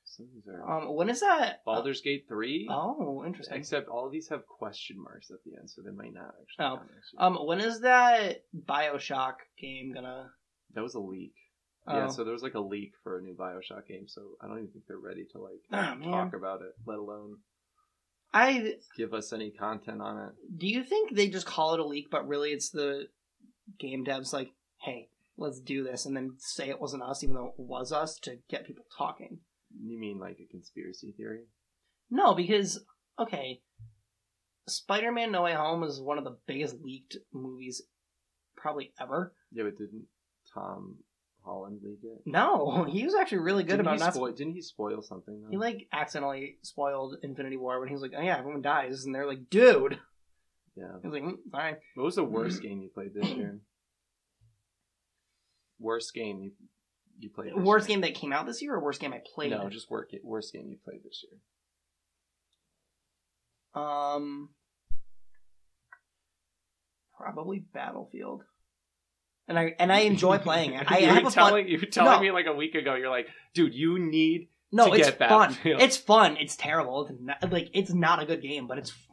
Some of these are
Um, when is that?
Baldur's Gate three.
Oh, interesting.
Except all of these have question marks at the end, so they might not actually.
Oh.
come next year.
Um, when is that Bioshock game gonna?
that was a leak.
Oh.
Yeah, so there was like a leak for a new Bioshock game, so I don't even think they're ready to like
Ah, man.
talk about it, let alone
I
give us any content on it.
do you think they just call it a leak, but really it's the game devs like, hey, let's do this, and then say it wasn't us, even though it was us, to get people talking.
You mean like a conspiracy theory?
No, because okay, Spider-Man: No Way Home is one of the biggest leaked movies probably ever.
Yeah, but didn't Tom Holland leak it?
No, he was actually really good
didn't
about
he
not.
spoil- didn't he spoil something? Though?
he like accidentally spoiled Infinity War when he was like, "Oh yeah, everyone dies," and they're like, "Dude,"
yeah.
he was like, mm, "Sorry."
What was the worst game you played this year? Worst game you you played. This
Worst
year?
game that came out this year, or worst game I played?
No, just work worst game you played this year.
Um, probably Battlefield. And I and I enjoy playing it. I
you
have
were
a fun.
telling you were telling
No.
me like a week ago. You're like, dude, you need.
No,
to
it's
get
fun.
Battlefield.
It's fun. It's terrible. It's not, like it's not a good game, but it's f-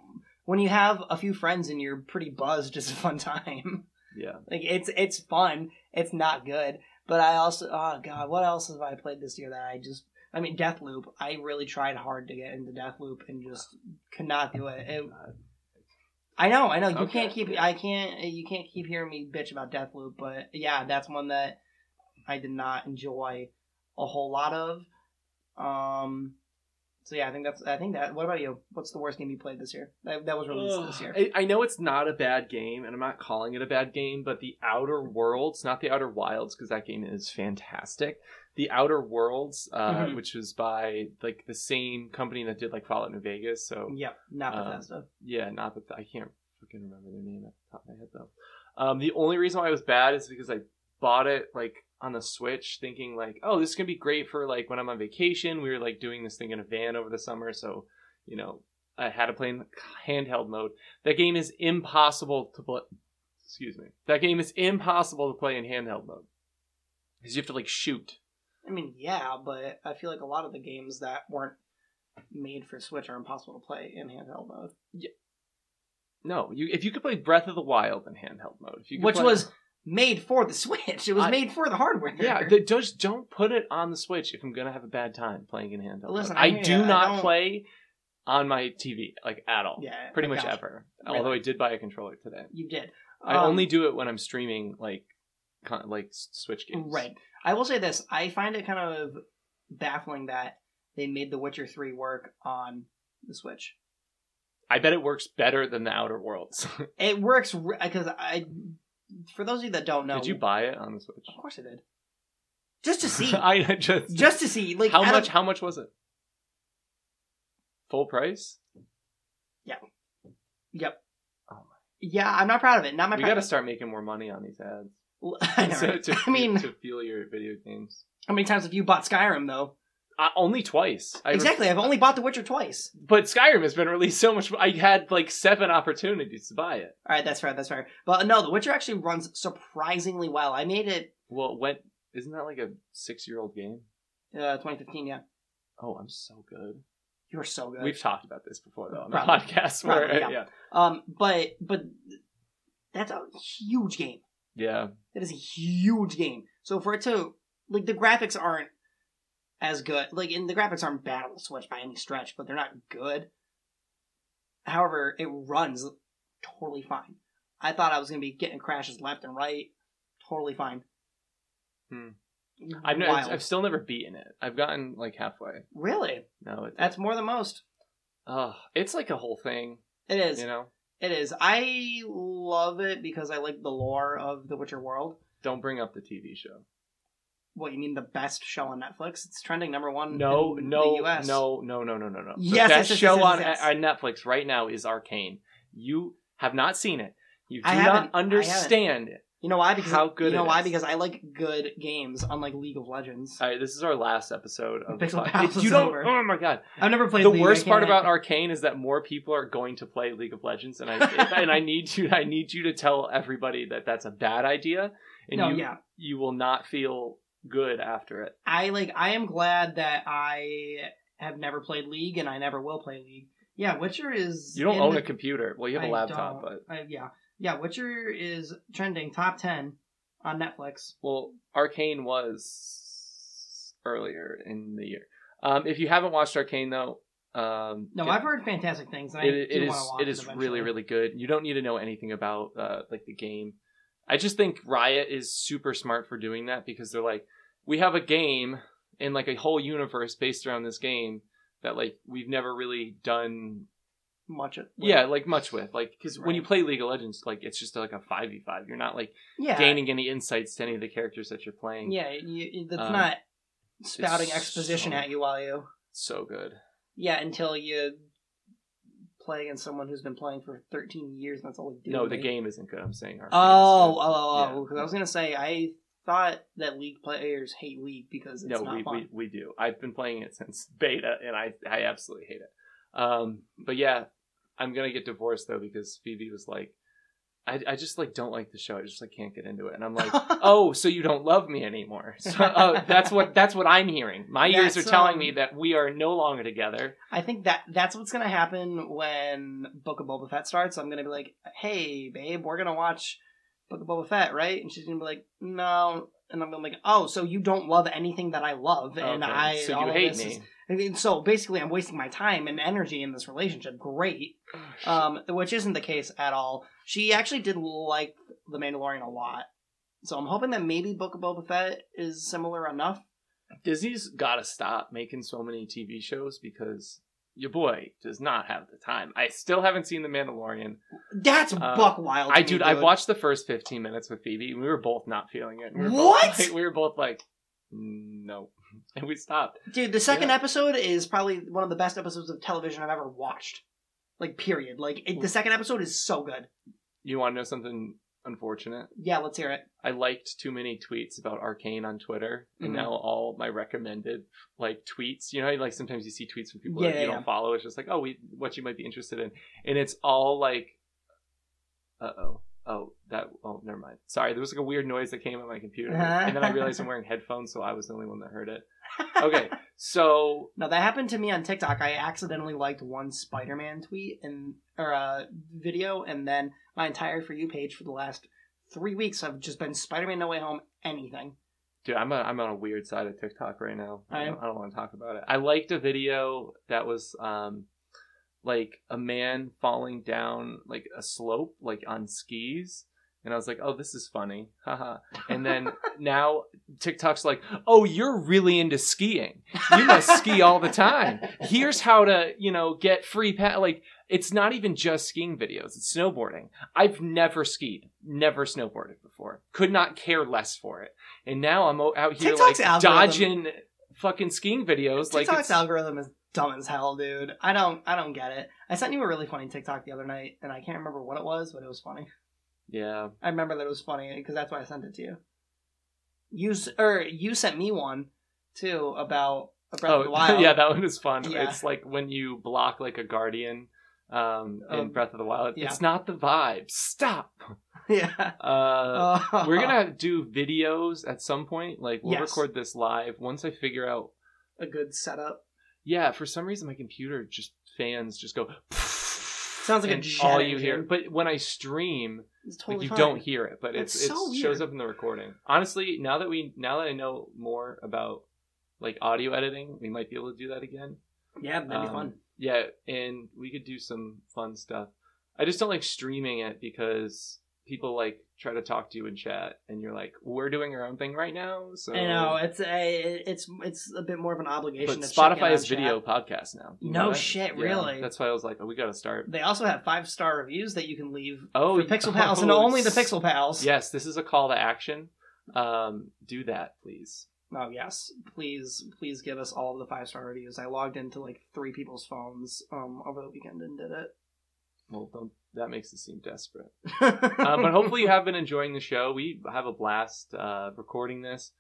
when you have a few friends and you're pretty buzzed, it's a fun time.
Yeah,
Like it's it's fun. It's not good, But I also, oh god, what else have I played this year that I just? I mean, Deathloop. I really tried hard to get into Deathloop and just could not do it. It- I know, I know. You
Okay.
can't keep. I can't. You can't keep hearing me bitch about Deathloop. But yeah, that's one that I did not enjoy a whole lot of. Um. So yeah, I think that's. I think that. What about you? What's the worst game you played this year? That, that was released
Ugh.
this year.
I, I know it's not a bad game, and I'm not calling it a bad game, but The Outer Worlds, not The Outer Wilds, because that game is fantastic. The Outer Worlds, uh,
Mhm.
which was by like the same company that did like Fallout New Vegas, so
Yep, not
Um,
Bethesda.
yeah, not that I can't fucking remember their name at the top of my head though. Um, the only reason why it was bad is because I bought it like on the Switch, thinking like, oh, this is gonna be great for like when I'm on vacation. We were like doing this thing in a van over the summer, so you know I had to play in handheld mode. That game is impossible to play. Excuse me. That game is impossible to play in handheld mode because you have to like shoot.
I mean, yeah, but I feel like a lot of the games that weren't made for Switch are impossible to play in handheld mode.
No, you if you could play Breath of the Wild in handheld mode, if you could
Which
play-
was made for the Switch. It was
I-
made for the hardware.
Yeah, th- just don't put it on the Switch if I'm gonna have a bad time playing in handheld.
Listen,
I,
I hear
do
ya. I
not
don't-
play on my TV like at all.
yeah,
pretty
I
much
gotcha.
ever.
Really?
Although I did buy a controller today.
You did.
I
Um,
only do it when I'm streaming like con- like s- Switch games.
Right. I will say this. I find it kind of baffling that they made The Witcher 3 work on the Switch.
I bet it works better than the Outer Worlds.
It works because I. For those of you that don't know,
did you buy it on the Switch?
Of course, I did. Just to see,
I just,
just to see, like
how
out of-
much? How much was it? Full price.
Yep.
Oh my.
Yeah, I'm not proud of it. Not my.
we
proud-
got to start making more money on these ads.
I know,
So
right?
to,
I mean,
to fuel your video games.
how many times have you bought Skyrim though?
Uh, only twice. I re-
exactly. I've only bought The Witcher twice.
But Skyrim has been released so much. I had like seven opportunities to buy it.
All right, that's fair. That's fair. But no, The Witcher actually runs surprisingly well. I made it
Well, when isn't that like a six-year-old game?
uh, 2015. Yeah,
Oh, I'm so good.
you are so good.
We've talked about this before though on
Probably.
the podcast.
Probably,
where,
yeah.
yeah,
Um, but but that's a huge game.
yeah.
That is a huge game. So for it to like the graphics aren't as good. Like and the graphics aren't bad on the Switch by any stretch, but they're not good. However, it runs totally fine. I thought I was gonna be getting crashes left and right. Totally fine.
Hmm. I've, ne-
Wild.
I've still never beaten it. I've gotten like halfway.
Really?
No, it,
That's more than most.
uh, it's like a whole thing.
It is.
You know,
It is. I love it because I like the lore of the Witcher world.
don't bring up the TV show.
What you mean the best show on Netflix? It's trending number one.
No,
um, in
no,
the US.
no, no, no, no, no, no.
Yes,
the
yes,
best
yes,
show
yes,
on,
yes.
on Netflix right now is Arcane. You have not seen it. You do
I haven't. I
not
haven't.
understand it.
You know why? Because
How good
You know
it
why?
is.
Because I like good games, unlike League of Legends.
All right, this is our last episode of
Pixel
the
Pals
podcast. You
is
don't.
over.
Oh my god!
I've never played.
The
League, I
worst
can't-
part about Arcane is that more people are going to play League of Legends, and I and I need you. I need you to tell everybody that that's a bad idea, and
no,
you
yeah,
you will not feel good after it.
I like. I am glad that I have never played League, and I never will play League. Yeah, Witcher is.
You don't
in
own
the-
a computer. Well, you have a
I
laptop,
don't.
but
I- yeah, yeah, Witcher is trending top ten on Netflix.
well, Arcane was earlier in the year. Um, if you haven't watched Arcane, though, um,
No,
get-
I've heard fantastic things. And I
it, it
do
is
wanna watch
it is
eventually.
really really good you don't need to know anything about uh, like the game i just think riot is super smart for doing that because they're like we have a game and like a whole universe based around this game that like we've never really done
much. It,
yeah like much with like because when you
Right.
play league of legends like it's just like a 5v5 you're not like
yeah,
gaining any insights to any of the characters that you're playing
yeah. You, you- that's
Um,
not spouting
so-
exposition at you while you.
so good
Yeah, until you play against someone who's been playing for 13 years, and that's all they do.
no the
right?
game isn't good i'm saying our
Oh,
game is
oh,
good.
oh, oh,
Yeah.
'cause I was gonna say I thought that league players hate league because it's
no,
not
we,
fun.
we we do. I've been playing it since beta, and I I absolutely hate it. Um, but yeah, I'm gonna get divorced though because Phoebe was like, I I just like don't like the show. I just like can't get into it, and I'm like. Oh, so you don't love me anymore? So oh, that's what that's what I'm hearing. My ears
That's,
are telling
um,
me that we are no longer together.
I think that that's what's gonna happen when Book of Boba Fett starts. I'm gonna be like, "Hey, babe, we're gonna watch Book of Boba Fett, right?" And she's gonna be like, "No, and I'm like, oh, so you don't love anything that I love, and
Okay,
I
so
all
you
of
hate
this is-
me.
I mean, so basically, I'm wasting my time and energy in this relationship. Great,
Oh,
um, which isn't the case at all. She actually did like The Mandalorian a lot, so I'm hoping that maybe Book of Boba Fett is similar enough.
Disney's got to stop making so many TV shows because your boy does not have the time. I still haven't seen The Mandalorian.
That's
Uh,
buck wild. to
I
me,
dude, I watched the first 15 minutes with Phoebe. And we were both not feeling it. We were both
What?
like- we were both like, no, and we stopped.
Dude, the second
Yeah.
episode is probably one of the best episodes of television I've ever watched. Like, period. Like, it, the second episode is so good.
You want to know something unfortunate?
Yeah, let's hear it.
I liked too many tweets about Arcane on Twitter, and
Mhm.
now all my recommended like tweets. You know, how, like sometimes you see tweets from people
Yeah,
that
yeah,
you don't
yeah.
follow. It's just like, oh, we what you might be interested in, and it's all like, uh oh, oh that, oh never mind. Sorry, there was like a weird noise that came on my computer, and then I realized I'm wearing headphones, so I was the only one that heard it. Okay, so
Now that happened to me on TikTok. I accidentally liked one Spider-Man tweet and or uh, video, and then my entire for you page for the last three weeks I've just been Spider-Man No Way Home. Anything.
Dude, I'm, a, I'm on a weird side of TikTok right now. I
I
don't, I don't want to talk about it. I liked a video that was um, like a man falling down like a slope, like on skis. And I was like, oh, this is funny. Haha. And then now TikTok's like, oh, you're really into skiing. You must ski all the time. Here's how to, you know, get free pa-. Like, it's not even just skiing videos, it's snowboarding. I've never skied, never snowboarded before. Could not care less for it. And now I'm o- out here
TikTok's
like
algorithm-
dodging fucking skiing videos. Like,
TikTok's
it's-
algorithm is dumb as hell, dude. I don't I don't get it. I sent you a really funny TikTok the other night, and I can't remember what it was, but it was funny.
yeah.
I remember that it was funny because that's why I sent it to you. You s- or you sent me one too about a Breath of the Wild.
Oh, yeah, that one is fun.
Yeah.
It's like when you block like a guardian um, in
Um,
Breath of the Wild.
yeah.
It's not the vibe. Stop.
yeah.
Uh,
Uh,
we're gonna do videos at some point. Like we'll
Yes.
record this live once I figure out.
a good setup.
Yeah, for some reason my computer just fans just go.
Sounds like a
and
jet
all you hear.
engine.
But when I stream,
It's totally
like you
fine.
don't hear it, but
That's
it's it
so
shows
weird.
up in the recording. Honestly, now that we now that I know more about like audio editing, we might be able to do that again.
Yeah, that'd be
Um,
fun.
Yeah, and we could do some fun stuff. I just don't like streaming it because people like try to talk to you in chat, and you're like, we're doing our own thing right now. So
I know it's a it's it's a bit more of an obligation.
But
to check in
Spotify
on
is video
chat.
podcast now. You
No
know that?
shit,
Yeah,
really.
That's why I was like, oh, we got to start.
They also have five star reviews that you can leave
Oh,
for Pixel Pals and
oh,
only the
s-
Pixel Pals.
Yes, this is a call to action. Um, do that, please.
Oh yes, please please give us all of the five star reviews. I logged into like three people's phones um over the weekend and did it.
Well, don't, that makes it seem desperate. uh, but hopefully you have been enjoying the show. We have a blast uh, recording this.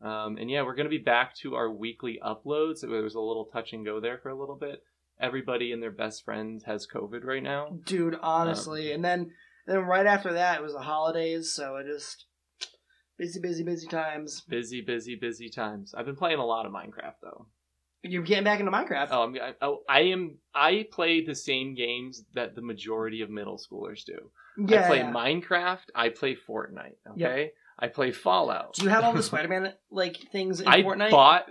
Um, and yeah, we're going to be back to our weekly uploads. There was a little touch and go there for a little bit. Everybody and their best friends has COVID right now.
dude
Um,
honestly and then then right after that it was the holidays so i just busy busy busy times
Busy, busy, busy times. I've been playing a lot of Minecraft though.
you're getting back into minecraft
Oh, I'm, I, oh, I am. I play the same games that the majority of middle schoolers do.
yeah,
I play
yeah.
Minecraft. I play Fortnite.
Yep.
Okay. I play Fallout.
do you have all the spider-man like things in
I
fortnite
bought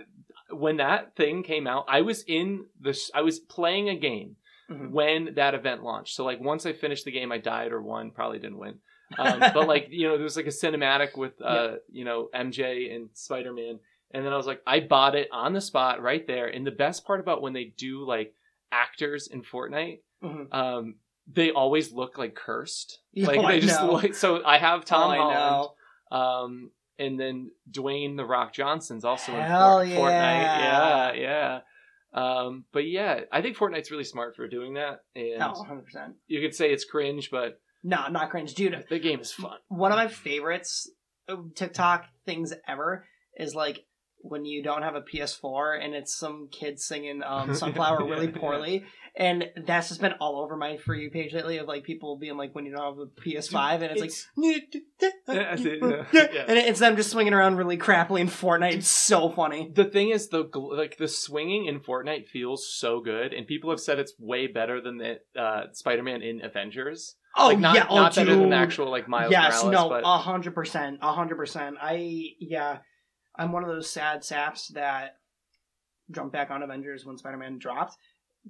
when that thing came out. I was in this. I was playing a game
Mhm.
when that event launched. So like once I finished the game, I died or won. Probably didn't win. Um, but like you know, there was like a cinematic with uh, you know MJ and Spider Man, and then I was like, I bought it on the spot right there. And the best part about when they do like actors in Fortnite,
Mhm.
um, they always look like cursed.
Yeah,
Like
oh,
they
I
just
know.
look. So I have Tom
Oh, I
Holland.
know.
Um, and then Dwayne the Rock Johnson's also
Hell
in Fort-
yeah.
Fortnite. Yeah, yeah. Um, but yeah, I think Fortnite's really smart for doing that, and
no 100%
you could say it's cringe, but
no not cringe dude
the game is fun.
one of my favorites of tiktok things ever is like when you don't have a ps4 and it's some kid singing um, sunflower
Yeah,
really
yeah.
poorly and that's just been all over my for you page lately of like people being like when you don't have a ps5 and it's like
That's it, yeah. Yeah.
and it's them just swinging around really crappily in Fortnite. It's so funny.
the thing is the gl- like the swinging in Fortnite feels so good, and people have said it's way better than the uh, Spider-Man in Avengers.
Oh
like, not,
yeah,
not
oh,
that it's an
dude.
actual like Miles
yes,
Morales,
no, oh.
but
a hundred percent, a hundred percent. I yeah, I'm one of those sad saps that jumped back on Avengers when Spider-Man dropped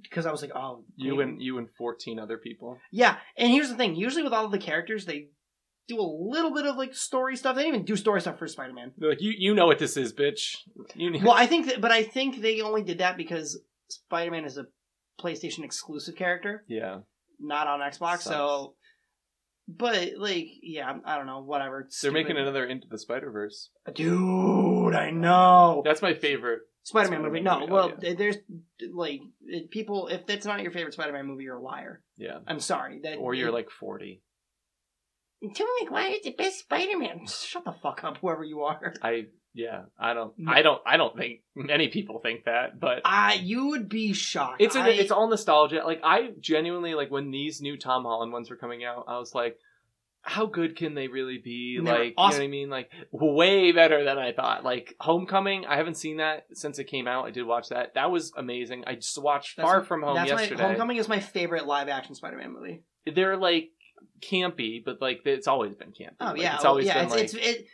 because I was like, oh,
you
they-
and you and fourteen other people.
yeah. And here's the thing: usually with all of the characters, they do a little bit of like story stuff. They didn't even do story stuff for Spider-Man.
They're like you, you know what this is, bitch. You know.
Well, I think, that, but I think they only did that because Spider-Man is a PlayStation exclusive character,
yeah,
not on Xbox.
Sucks.
So, but like, yeah, I don't know, whatever. It's
they're making
stupid.
another Into the Spider Verse.
Dude, I know.
That's my favorite.
Spider-Man
Spider-Man
movie. No,
movie, oh,
well,
yeah.
th- there's like it- people. If that's not your favorite Spider-Man movie, you're a liar.
Yeah,
I'm sorry. That
or you're like forty.
Tell me why it's the best Spider-Man. Shut the fuck up, whoever you are.
I yeah, I don't,
No.
I don't, I don't think many people think that, but
Mm. I you would be shocked.
it's
I-
a, it's all nostalgia. Like I genuinely like when these new Tom Holland ones were coming out, I was like, how good can they really be?
They were
like
awesome.
you know what I mean? Like way better than I thought. Like Homecoming, I haven't seen that since it came out. I did watch that. That was amazing. I just watched
That's-
Far From Home
that's
yesterday.
my Homecoming is my favorite live-action Spider-Man movie.
They're like campy, but like it's always been campy.
Oh
Like,
yeah,
it's
oh,
always been
yeah. it's,
like.
it's it.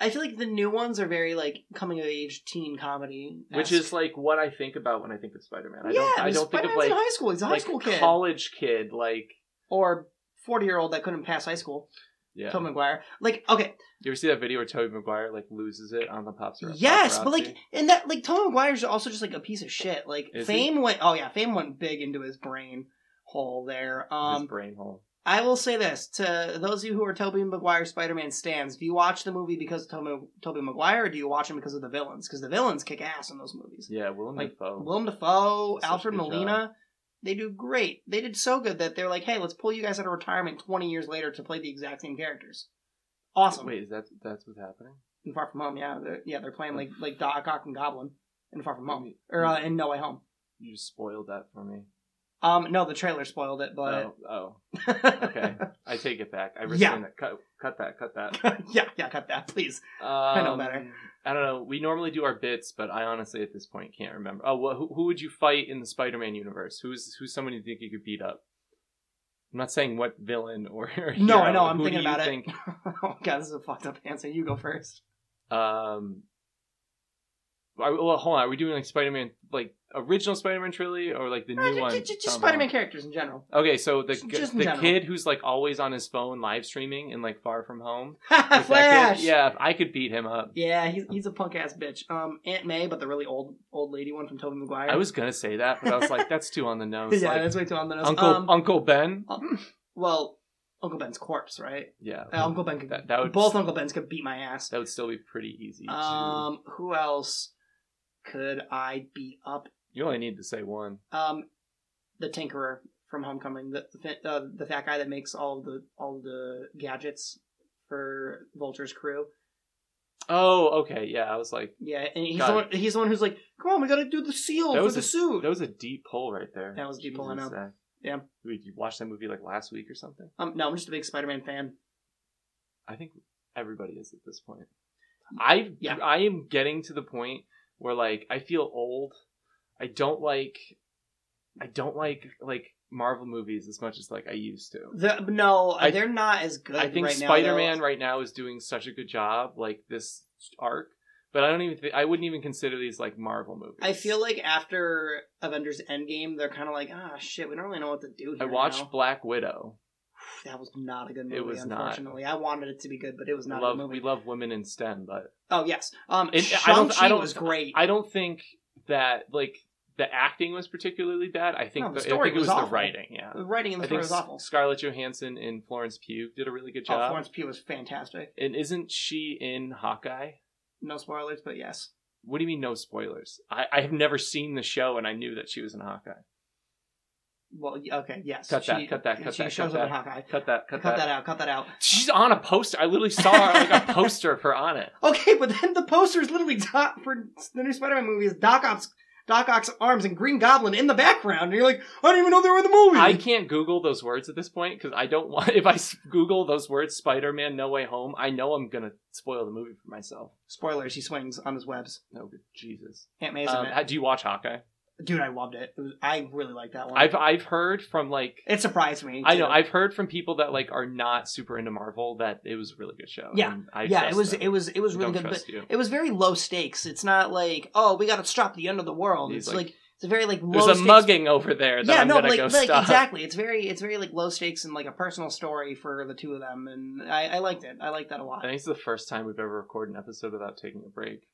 I feel like the new ones are very like coming of age teen comedy,
which is like what I think about when I think of Spider Man. I don't, I don't think of
in
like,
high school. He's a high
like
school kid
college kid, like
or forty year old that couldn't pass high school.
yeah.
Tobey Maguire. Like okay,
You ever see that video where Toby Maguire like loses it on the pops?
Yes, but like, and that like Tom McGuire's also just like a piece of shit. Like
Is he?
fame went, oh yeah, fame went big into his brain hole there.
his
Um,
brain hole.
I will say this to those of you who are Tobey Maguire Spider-Man stands: Do you watch the movie because of Tobey, Tobey Maguire, or do you watch him because of the villains? Because the villains kick ass in those movies.
Yeah, Willem
like,
Dafoe.
Willem Dafoe,
Such a
Alfred
good
Molina. They do great. They did so good that they're like, "Hey, let's pull you guys out of retirement 20 years later to play the exact same characters." Awesome.
Wait, is that that's what's happening?
in Far From Home. Yeah, they're, yeah, they're playing like like Doc Ock and Goblin in Far From Home
Maybe-
or uh, in No Way Home.
You just spoiled that for me.
Um, no, the trailer spoiled it, but
oh, oh, okay. I take it back. I rescind
Yeah.
that. Cut, cut that. Cut that.
yeah, yeah, cut that, please.
Um,
know better.
I don't know. We normally do our bits, but I honestly at this point can't remember. Oh, well, who, who would you fight in the Spider-Man universe? Who's who's someone you think you could beat up? I'm not saying what villain or. or
No, I
hero.
know. I'm
Who do
thinking
you
about it.
think-
oh god, this is a fucked up answer. You go first.
Um, are, well, hold on. Are we doing like Spider-Man, like original Spider-Man trilogy, or like the
Uh,
new
ju-
one?
ju- ju- just
Tom
Spider-Man
Holland?
characters in general.
Okay, so the
Just- just in
the
general.
kid who's like always on his phone live streaming and like far from home. Like, that
Flash.
kid- yeah, if I could beat him up.
Yeah, he's, he's a punk ass bitch. Um, Aunt May, but the really old old lady one from Tobey Maguire.
I was gonna say that, but I was like, that's too on the nose.
yeah,
like,
that's way too on the nose.
Uncle
um,
Uncle Ben.
well, Uncle Ben's corpse, right?
Yeah,
Uh, Uncle Ben could
that, that would
both Uncle Ben's could beat my ass.
that would still be pretty easy. to-
Um, who else could I beat up?
you only need to say one.
Um, the Tinkerer from Homecoming, the the, fa- uh, the fat guy that makes all the all the gadgets for Vulture's crew.
Oh, okay. Yeah, I was like,
Yeah, and he's
Got
the one, he's the one who's like, "Come on, we gotta do the seal
That
Oh, for
was
the
a-
suit."
that was a deep pull right there.
That was a deep pull, I know.
Zach.
Yeah.
Dude, you watched that movie like last week or something?
um, no, I'm just a big Spider-Man fan.
I think everybody is at this point. I
Mm, Yeah.
I am getting to the point where like I feel old. I don't like I don't like like Marvel movies as much as like I used to.
The, no,
I-
they're not as good.
I think
right now, though.
Spider-Man right now is doing such a good job like this arc, but I don't even think I wouldn't even consider these like Marvel movies.
I feel like after Avengers Endgame, they're kind of like, ah, shit, we don't really know what to do
I
here.
watched
now."
Black Widow.
That was not a good movie.
It was not.
unfortunately. I wanted it to be good, but it was
We
not
love
a good movie.
we love women in STEM, but
Oh yes, um,
It- I
Shang
don't-
Chi
I don't-
was great.
I don't think that like the acting was particularly bad. I think
No, the
the- I
story
think it
was
was the
awful.
writing. Yeah,
the writing in
I
the
think
story was awful.
Scarlett Johansson and Florence Pugh did a really good
Oh,
job.
Florence Pugh was fantastic.
and isn't she in Hawkeye?
No spoilers, but yes,
What do you mean no spoilers? I, I have never seen the show, and I knew that she was in Hawkeye.
well, y- okay, yes.
Cut that,
She-
cut that, cut
she
that,
shows
cut
up in
that.
Hawkeye.
Cut that. Cut,
Cut, that. out. Cut that out.
She's on a poster. I literally saw like a poster of her on it.
Okay, but then the poster is literally Doc for the new Spider-Man movie is Doc Ock's Doc Ock's arms and Green Goblin in the background, and you're like, I didn't even know they were in the movie.
I can't Google those words at this point because I don't want. If I s- Google those words, Spider-Man: No Way Home, I know I'm gonna spoil the movie for myself.
Spoilers: He swings on his webs.
No, good Jesus.
Aunt May's in
Um,
it.
how- do you watch Hawkeye?
Dude, I loved it. it was, I really liked that one.
I've I've heard from like
it surprised me.
I know
too.
I've heard from people that like are not super into Marvel that it was a really good show.
Yeah.
and I
yeah,
trust
it was
them.
it was it was
I
really
don't
good, but
trust you.
it was very low stakes. It's not like oh we got to stop the end of the world.
He's
It's
like,
like, it's a very like low
There's a
stakes-
mugging over there that
yeah,
I'm
no,
gonna
like,
go
like
stop.
exactly. It's very it's very like low stakes and like a personal story for the two of them, and I, I liked it. I liked that a lot.
I think it's the first time we've ever recorded an episode without taking a break.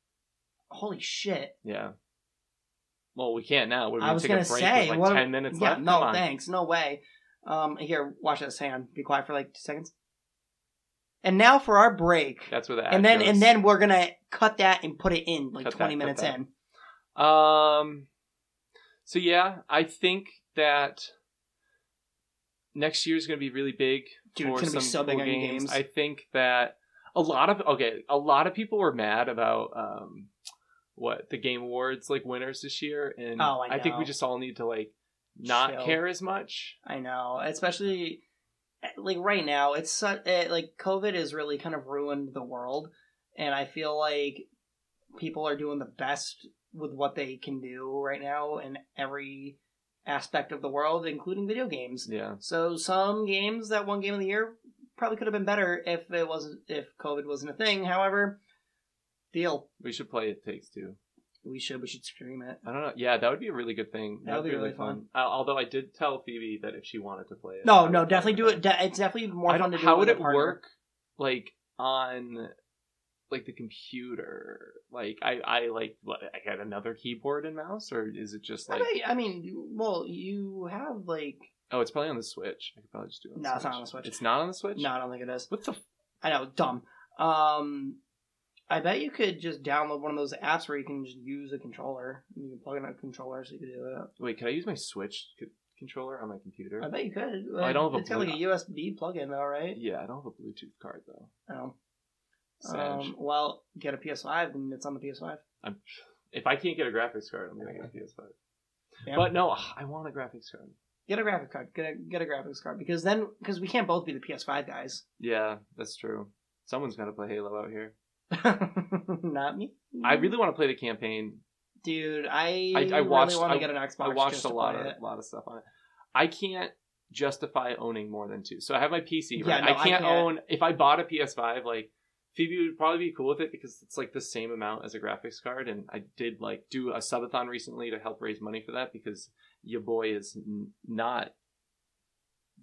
Holy shit!
Yeah. Well, we can't now. We're
I
gonna
was
take a
gonna
break
say
with like
what?
ten minutes
yeah,
left.
no
Come on.
thanks, no way. Um, here, watch this. Hang on, be quiet for like two seconds. And now for our break,
That's where the ad
and then
goes.
and then we're gonna cut that and put it in like
Cut
twenty
that, cut
minutes
that.
in.
Um. So yeah, I think that next year's going to be really big.
Dude,
for
it's gonna
some
be so big
cool
on your games.
I think that a lot of okay, a lot of people were mad about um, what the Game Awards like winners this year, and
Oh, I
think we
know.
just all need to like not
Chill.
care as much.
I know, especially like right now. It's su- it, like COVID has really kind of ruined the world, and I feel like people are doing the best with what they can do right now in every aspect of the world, including video games.
Yeah,
So some games, that one game of the year, probably could have been better if it wasn't if COVID wasn't a thing. However, deal.
we should play It Takes Two.
We should we should stream it.
I don't know. Yeah, that would be a really good thing.
That would be really
Uh, although I did tell Phoebe that if she wanted to play it, I
No,
would
no,
play
definitely
with
do
her.
it. De- it's definitely more
I
fun
don't,
to do.
how
with
would
a
it
partner.
work like on like the computer like i i like what i got another keyboard and mouse or is it just like
I, I mean, well, you have like
oh it's probably on the switch i could probably just do it on
No, it's not on the Switch.
it's not on the switch
No, I don't think it is.
what the f-
I know, dumb. Um, I bet you could just download one of those apps where you can just use a controller. You can plug in a controller so you can do it.
wait could i use my switch c- controller on my computer
I bet you could.
I don't have a
It's got like a
Bluetooth.
USB plug-in, though, right?
yeah i don't have a bluetooth card though
No.
Sag.
Um, well, get a PS5, and it's on the PS5.
I'm, if i can't get a graphics card i'm gonna get a ps5
Yeah.
but no i want a graphics card
Get a graphic card. Get a get a graphics card because then because we can't both be the PS5 guys.
yeah that's true someone's gotta play halo out here
Not me.
i really want to play the campaign
dude. I
I watched-
really want
I-
to get an Xbox.
I watched
just
a
to
lot
play
of
it.
a lot of stuff on it. I can't justify owning more than two. So I have my PC, right?
Yeah, no,
I,
I
can't
can't.
own if I bought a PS5, like Phoebe would probably be cool with it because it's like the same amount as a graphics card, and I did like do a subathon recently to help raise money for that because your boy is n- not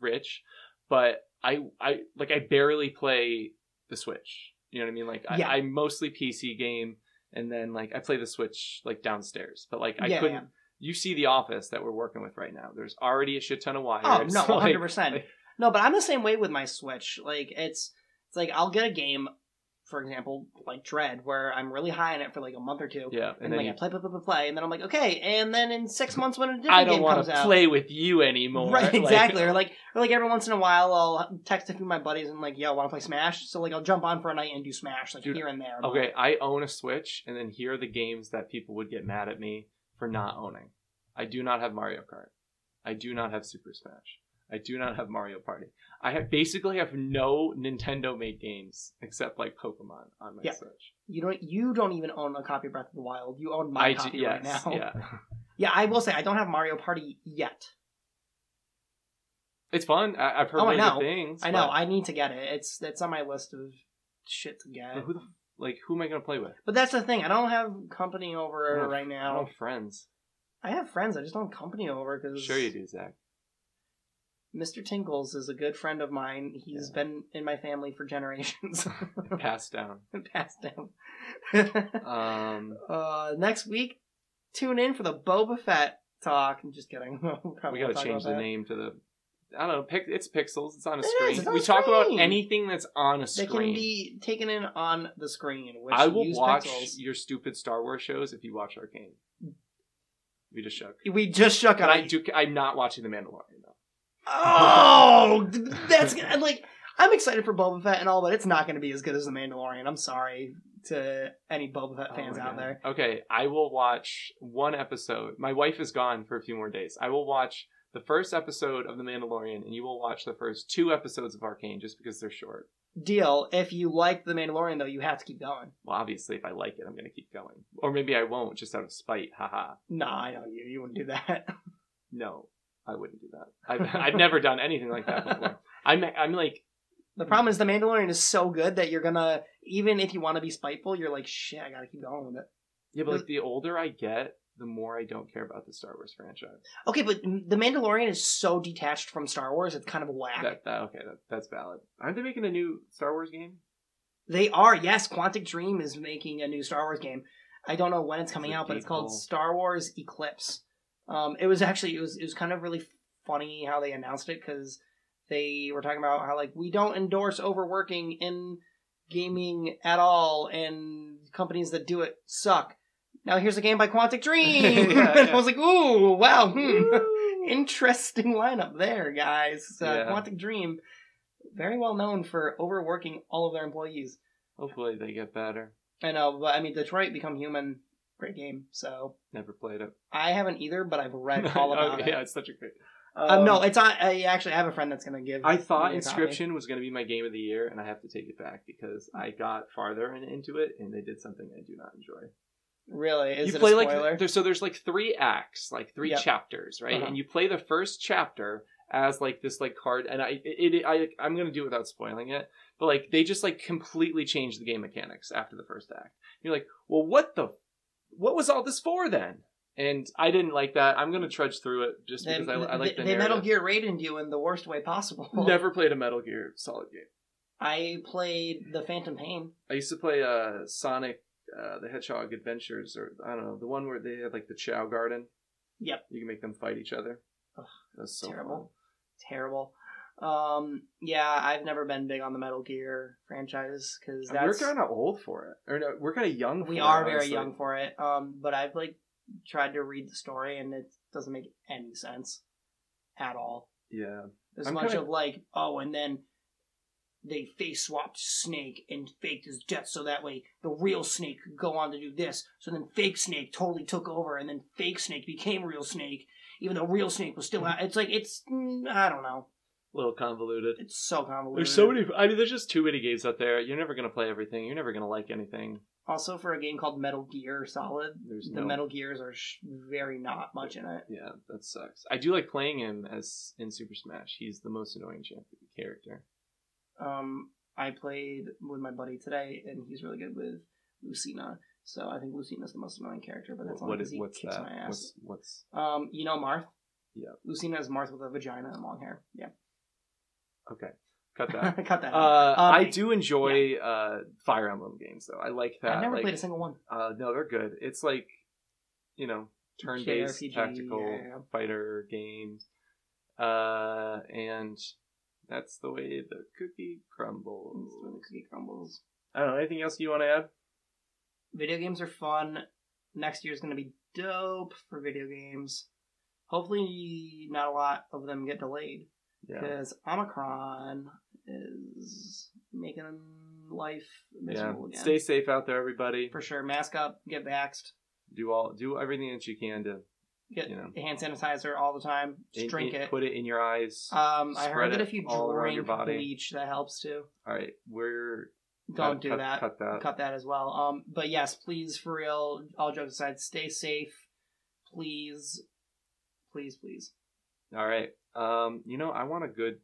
rich, but I I like I barely play the Switch. You know what I mean? Like I,
Yeah.
I mostly PC game, and then like I play the Switch like downstairs, but like I
Yeah,
couldn't
yeah.
you see the office that we're working with right now. There's already a shit ton of wires.
Oh no,
Like,
one hundred percent.
like-
No, but I'm the same way with my Switch. Like it's it's like I'll get a game, for example, like Dread, where I'm really high on it for like a month or two,
yeah,
and,
and then
like
you,
I play, play, play, play, play, and then I'm like, okay, and then in six months when a different
I don't
game
want
comes
to
out,
play with you anymore.
right?
Like, uh,
Exactly. or like or like every once in a while, I'll text a few of my buddies and like, yo, want to play Smash? So like I'll jump on for a night and do Smash like
Dude,
here and there.
okay, I own a Switch, and then here are the games that people would get mad at me for not owning. I do not have Mario Kart. I do not have Super Smash. I do not have Mario Party. I have basically have no Nintendo made games except like Pokemon on my
Yeah.
Switch.
You don't you don't even own a copy of Breath of the Wild. You own my
I
copy
do, yes,
right now.
yeah.
yeah, I will say I don't have Mario Party yet.
It's fun. I, I've heard
Oh, I
really good
know.
things.
I know.
but-
I need to get it. It's it's on my list of shit to
but
get.
who the, f- like who am I going to play with?
But that's the thing. I don't have company
I
over
don't-
right
I don't
now.
have friends.
I have friends. I just don't have company over because
Sure you do, Zach.
Mr. Tinkles is a good friend of mine. He's been in my family for generations.
Passed down.
Passed down.
Um,
uh, next week, tune in for the Boba Fett talk. I'm just kidding.
we
Probably
got
won't
to
talk
change
about
the
that.
name to the. I don't know. Pic, it's pixels. It's on a
It is,
screen.
it's on
we
a
talk about
screen.
anything that's on a
That
screen.
can be taken in on the screen. Which
I will
use
watch
pixels.
your stupid Star Wars shows if you watch Arcane. We just shook.
We just shook
But
on
I
it.
do. I'm not watching The Mandalorian though.
Oh, that's gonna like I'm excited for Boba Fett and all, but it's not going to be as good as The Mandalorian. I'm sorry to any Boba Fett
Oh
fans
my
out
God.
there.
Okay, I will watch one episode. My wife is gone for a few more days. I will watch the first episode of The Mandalorian, and you will watch the first two episodes of Arcane just because they're short.
deal. If you like The Mandalorian, though, you have to keep going.
Well, obviously, if I like it, I'm going to keep going. Or maybe I won't, just out of spite. Haha.
Nah, I know you. You wouldn't do that.
No, I wouldn't do that. I've, I've never done anything like that before. I'm, I'm like,
the problem is The Mandalorian is so good that you're gonna even if you want to be spiteful, you're like, shit, I gotta keep going with it.
yeah, but like the older I get, the more I don't care about the Star Wars franchise.
Okay, but The Mandalorian is so detached from Star Wars, it's kind of whack.
That, that okay, that, that's valid. Aren't they making a new Star Wars game?
They are, yes, Quantic Dream is making a new Star Wars game. I don't know when it's coming out, but it's called
Deep hole.
Star Wars Eclipse. Um, it was actually it was it was kind of really funny how they announced it because they were talking about how like we don't endorse overworking in gaming at all, and companies that do it suck. Now here's a game by Quantic Dream.
Yeah, yeah.
I was like, ooh, wow, hmm. interesting lineup there, guys. Uh,
Yeah.
Quantic Dream, very well known for overworking all of their employees.
Hopefully they get better.
I know, but I mean, Detroit Become Human, great game. So
Never played it.
I haven't either, but I've read all about
Oh,
it.
Yeah, it's such a great.
Um, no, it's on. I actually have a friend that's gonna give.
I thought
me a
Inscription was going to be my game of the year, and I have to take it back because I got farther in, into it, and they did something I do not enjoy.
copy. Really, is
you
it
play
a
like
spoiler?
there's so there's like three acts, like three
Yep.
chapters, right?
Uh-huh.
And you play the first chapter as like this like card, and I it, it I I'm gonna do it without spoiling it, but like they just like completely changed the game mechanics after the first act. You're like, well, what the, what was all this for then? And I didn't like that. I'm gonna trudge through it just
they,
because I, I like
they,
the
they Metal
narrative.
Gear raided you in the worst way possible.
Never played a Metal Gear Solid game.
I played the Phantom Pain.
I used to play uh Sonic uh, the Hedgehog Adventures or I don't know the one where they had like the Chow Garden.
Yep.
You can make them fight each other.
Ugh,
That's so
terrible. Terrible. Um, yeah, I've never been big on the Metal Gear franchise because
fun. We're
that's
kind of old for it, or no? We're kind of young. For
we
it,
are very
honestly.
young for it. Um, but I've like tried to read the story and it doesn't make any sense at all.
Yeah,
There's
I'm
a bunch
kinda-
of like, oh, and then they face swapped Snake and faked his death so that way the real Snake could go on to do this. So then fake Snake totally took over, and then fake Snake became real Snake, even though real Snake was still out. It's like it's mm, I don't know.
a little convoluted.
It's so convoluted.
There's so many. I mean, there's just too many games out there. You're never gonna play everything. You're never gonna like anything.
Also, for a game called Metal Gear Solid,
There's
the
no.
Metal Gears are sh- very not much in it.
Yeah, that sucks. I do like playing him as in Super Smash. He's the most annoying champ- character.
Um, I played with my buddy today, and he's really good with Lucina. So I think Lucina's the most annoying character, but that's only
What
because
is
he
what's
kicks
that?
my ass.
What's what's
Um, you know Marth.
Yeah.
Lucina is Marth with a vagina and long hair. Yeah.
okay? Cut that.
Cut that. out.
Uh,
Um,
I do enjoy uh, Fire Emblem games, though. I like that.
I've never
like,
played a single one.
uh, no, they're good. It's like, you know, turn-based
JRPG,
tactical
yeah.
fighter games, uh, and that's the way the cookie crumbles.
When the cookie crumbles.
I don't know. Anything else you want to add?
Video games are fun. Next year's going to be dope for video games. Hopefully, not a lot of them get delayed
Yeah,
because Omicron is making life
yeah.
miserable again.
Stay safe out there, everybody.
for sure. Mask up, get vaxxed,
Do all do everything that you can to
get
You know.
hand sanitizer all the time. Just
in-
drink
in-
it.
Put it in your eyes.
Um, I
spread
heard that
it
if you
all around your
drink
body.
bleach, that helps too.
all right, we're
Don't
cut-
do
cut-
that. Cut,
Cut that.
that as well. Um, but yes, please, for real, all jokes aside, stay safe. Please, please, please.
All right. Um, you know, I want a good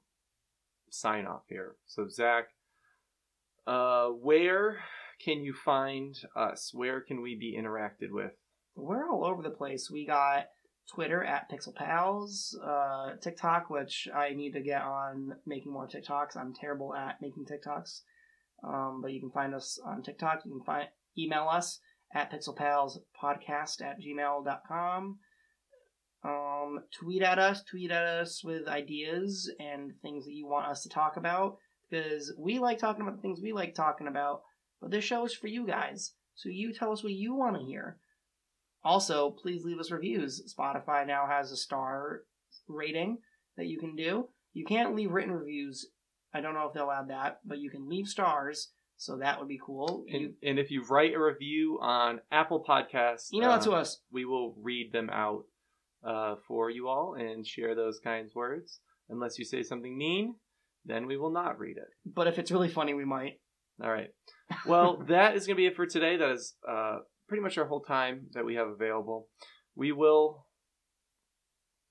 sign off here. So, Zach, uh, where can you find us? Where can we be interacted with?
We're all over the place. We got Twitter at Pixel Pals, uh, TikTok, which I need to get on making more TikToks. I'm terrible at making TikToks, um, but you can find us on TikTok. You can find email us at pixelpalspodcast at gmail.com. Um, tweet at us, tweet at us with ideas and things that you want us to talk about because we like talking about the things we like talking about, but this show is for you guys. So you tell us what you want to hear. Also, please leave us reviews. Spotify now has a star rating that you can do. You can't leave written reviews. I don't know if they'll add that, but you can leave stars. So that would be cool.
And,
You
and if you write a review on Apple Podcasts,
email that to
uh,
us.
we will read them out uh, for you all and share those kind words, unless you say something mean. then we will not read it.
But if it's really funny, we might.
All right. Well, that is going to be it for today. That is uh, pretty much our whole time that we have available. We will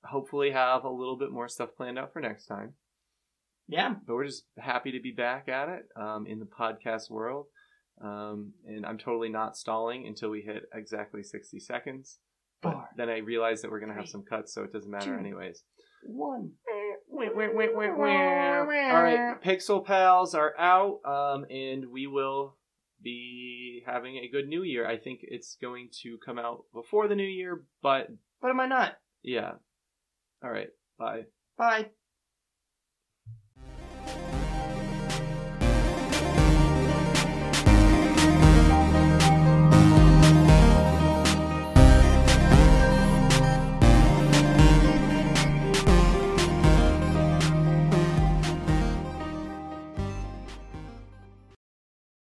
hopefully have a little bit more stuff planned out for next time.
Yeah.
But we're just happy to be back at it um, in the podcast world. Um, and I'm totally not stalling until we hit exactly 60 seconds. But
Four,
then I realize that we're going to have
three,
some cuts, so it doesn't matter,
two,
anyways.
one.
All right, Pixel Pals are out, um, and we will be having a good new year. I think it's going to come out before the new year, but
What am I not?
yeah. All right, bye.
Bye.